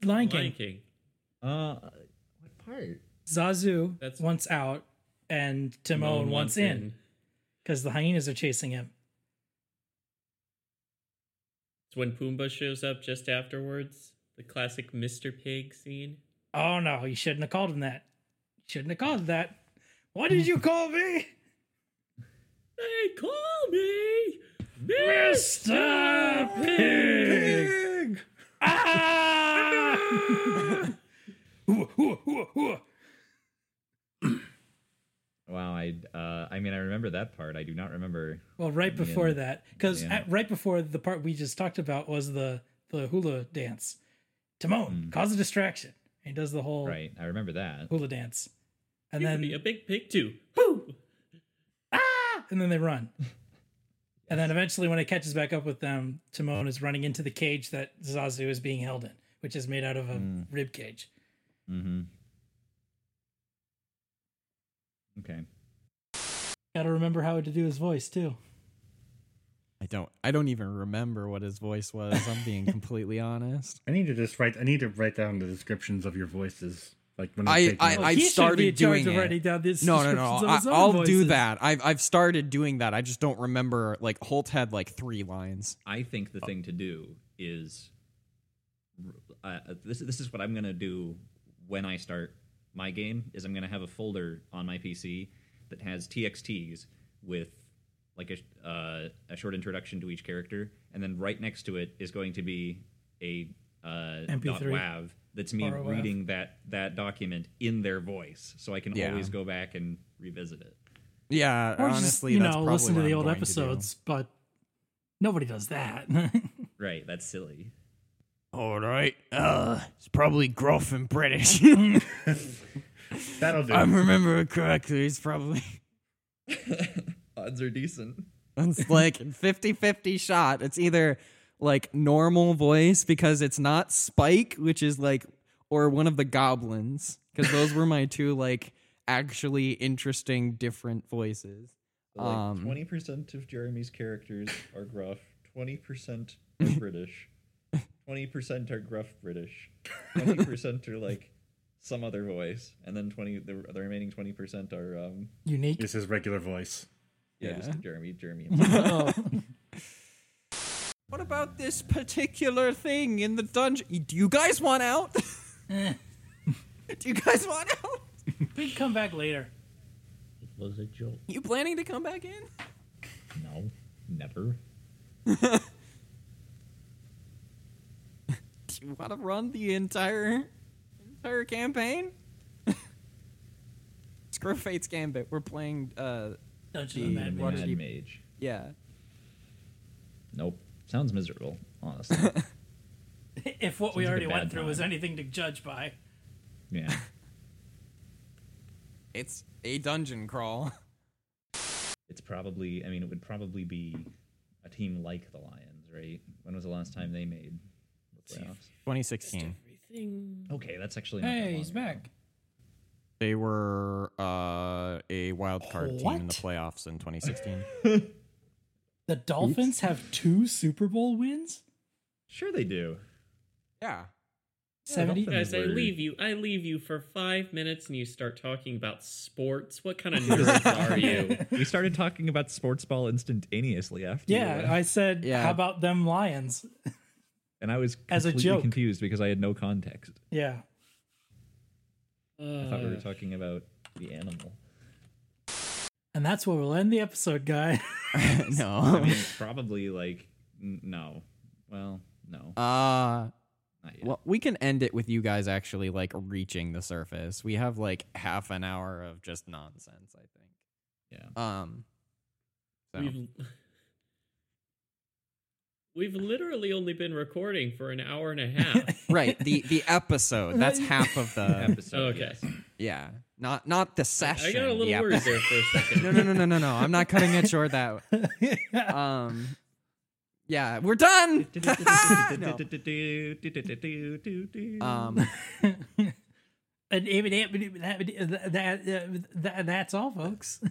Speaker 5: Lion King.
Speaker 7: Lion King.
Speaker 4: *laughs* Uh, what part?
Speaker 5: Zazu
Speaker 7: That's-
Speaker 5: wants out, and Timon,
Speaker 7: Moan
Speaker 5: wants
Speaker 7: wants
Speaker 5: in because the hyenas are chasing him.
Speaker 7: It's when Pumbaa shows up just afterwards. The classic Mr. Pig scene.
Speaker 5: Oh no, you shouldn't have called him that. You shouldn't have called him that. What did you call me?
Speaker 7: They call me
Speaker 5: Mr. Pig! Ah! Hooah, hooah, hooah, hooah.
Speaker 4: Wow, I uh, I mean, I remember that part. I do not remember.
Speaker 5: *laughs* well, right before that, because
Speaker 4: Yeah.
Speaker 5: right before the part we just talked about was the the hula dance. Timon cause a distraction. He does the
Speaker 2: Oh.
Speaker 5: whole
Speaker 4: Mm. Right, I remember that.
Speaker 5: hula dance, and
Speaker 7: You could
Speaker 5: then
Speaker 7: be a big pig too.
Speaker 5: ah, and then
Speaker 4: *laughs*
Speaker 5: they run. And then eventually, when it catches back up with them, Timon is running into the cage that Zazu is being held in, which is made out of a
Speaker 4: Mm.
Speaker 5: rib cage.
Speaker 4: Mm-hmm. Okay.
Speaker 5: Got to remember how to do his voice too.
Speaker 2: I don't. I don't even remember what his voice was. I'm being completely honest.
Speaker 6: I need to just write. I need to write down the descriptions of your voices, like when
Speaker 2: I-
Speaker 6: I, take
Speaker 2: I-
Speaker 6: notes.
Speaker 2: I- I've
Speaker 5: he should be in
Speaker 2: started
Speaker 5: charge
Speaker 2: doing
Speaker 5: of
Speaker 2: it.
Speaker 5: writing down *laughs* this.
Speaker 2: No, no, no. I, I'll do that. I've I've started doing that. I just don't remember. Like Holt had like three lines.
Speaker 4: I think the thing to do is uh, this. This is what I'm gonna do when I start my game. Is I'm gonna have a folder on my PC that has TXTs with like a uh, a short introduction to each character, and then right next to it is going to be a uh, dot
Speaker 5: MP3.
Speaker 4: .wav that's me
Speaker 5: Or a WAV.
Speaker 4: reading that that document in their voice, so I can
Speaker 2: Yeah.
Speaker 4: always go back and revisit it.
Speaker 2: Yeah,
Speaker 5: Or
Speaker 2: honestly,
Speaker 5: just you
Speaker 2: that's
Speaker 5: know
Speaker 2: probably
Speaker 5: listen to
Speaker 2: what
Speaker 5: the
Speaker 2: I'm
Speaker 5: old
Speaker 2: going to do.
Speaker 5: episodes, but nobody does that. *laughs*
Speaker 4: Right, that's silly.
Speaker 9: All right. Uh, it's probably gruff and
Speaker 5: *laughs*
Speaker 9: British.
Speaker 6: *laughs* That'll do.
Speaker 9: I remember it correctly. It's probably
Speaker 4: Odds are decent.
Speaker 2: *laughs* It's like 50-50 shot. It's either like normal voice because it's not Spike, which is like or one of the goblins because those were my two like actually interesting different voices.
Speaker 4: Like
Speaker 2: Um,
Speaker 4: twenty percent of Jeremy's characters are gruff. Twenty percent are British. Twenty percent are gruff British. Twenty percent are like some other voice, and then twenty the, the remaining twenty percent are um
Speaker 5: Unique.
Speaker 6: This is regular voice.
Speaker 4: yeah, just Jeremy Jeremy.
Speaker 2: What about this particular thing in the dungeon? Do you guys want out? *laughs* Do you guys want out?
Speaker 5: We can come back later.
Speaker 7: It was a joke.
Speaker 2: You planning to come back in?
Speaker 4: no, never.
Speaker 2: Do you want to run the entire entire campaign? *laughs* Screw Fate's Gambit. We're playing. uh
Speaker 5: Dungeon of
Speaker 4: The
Speaker 5: Mad Men.
Speaker 2: Water
Speaker 4: Mad
Speaker 2: Deep.
Speaker 4: Mage.
Speaker 2: Yeah.
Speaker 4: Nope. Sounds miserable, honestly.
Speaker 5: *laughs* If what
Speaker 4: Sounds like
Speaker 5: we
Speaker 4: a
Speaker 5: already went
Speaker 4: bad
Speaker 5: through was
Speaker 4: time.
Speaker 5: anything to judge by,
Speaker 4: yeah.
Speaker 2: It's a dungeon crawl. *laughs*
Speaker 4: It's probably I mean it would probably be a team like the Lions, right? When was the last time they made the playoffs?
Speaker 2: 2016.
Speaker 7: Everything.
Speaker 4: Okay, that's actually not that
Speaker 5: hey,
Speaker 4: long
Speaker 5: he's
Speaker 4: ago.
Speaker 5: back.
Speaker 2: They were uh, a wild card team in
Speaker 5: What?
Speaker 2: the playoffs in 2016.
Speaker 5: The Dolphins have two Super Bowl wins.
Speaker 4: Sure they do.
Speaker 2: yeah.
Speaker 5: Seventy.
Speaker 7: Guys, I leave you. I leave you for five minutes, and you start talking about sports. What kind of
Speaker 4: *laughs*
Speaker 5: *laughs*
Speaker 7: nerds are you?
Speaker 4: We started talking about sports ball instantaneously after. you,
Speaker 5: Yeah,
Speaker 4: uh,
Speaker 5: I said.
Speaker 2: Yeah.
Speaker 5: How about them lions?
Speaker 4: and I was
Speaker 5: as a
Speaker 4: completely
Speaker 5: joke.
Speaker 4: confused because I had no context.
Speaker 5: Yeah.
Speaker 4: I thought we were
Speaker 7: Uh,
Speaker 4: talking about the animal.
Speaker 2: *laughs*
Speaker 5: And that's where we'll end the episode, guy. *laughs*
Speaker 4: I
Speaker 2: *laughs*
Speaker 4: *laughs*
Speaker 2: no.
Speaker 4: mean, probably like n- no. Well, no,
Speaker 2: Uh
Speaker 4: not yet.
Speaker 2: well, we can end it with you guys actually like reaching the surface. We have like half an hour of just nonsense, I think.
Speaker 4: yeah.
Speaker 2: Um so.
Speaker 7: We've *laughs* we've literally only been recording for an hour and a
Speaker 4: *laughs*
Speaker 7: half.
Speaker 2: right, the the episode. That's half of the
Speaker 4: *laughs* Episode.
Speaker 7: okay.
Speaker 5: *laughs*
Speaker 4: yes.
Speaker 2: yeah. Not not the session.
Speaker 7: I got a little
Speaker 2: the episode.
Speaker 7: worried there for
Speaker 4: *laughs*
Speaker 7: a
Speaker 2: *laughs*
Speaker 7: second.
Speaker 2: no, no, no, no, no, no. I'm not cutting it short that Um, yeah, we're
Speaker 7: *laughs*
Speaker 2: done. *laughs*
Speaker 4: *laughs*
Speaker 2: No. Um,
Speaker 5: uh, And even that- that- that- that's all, folks.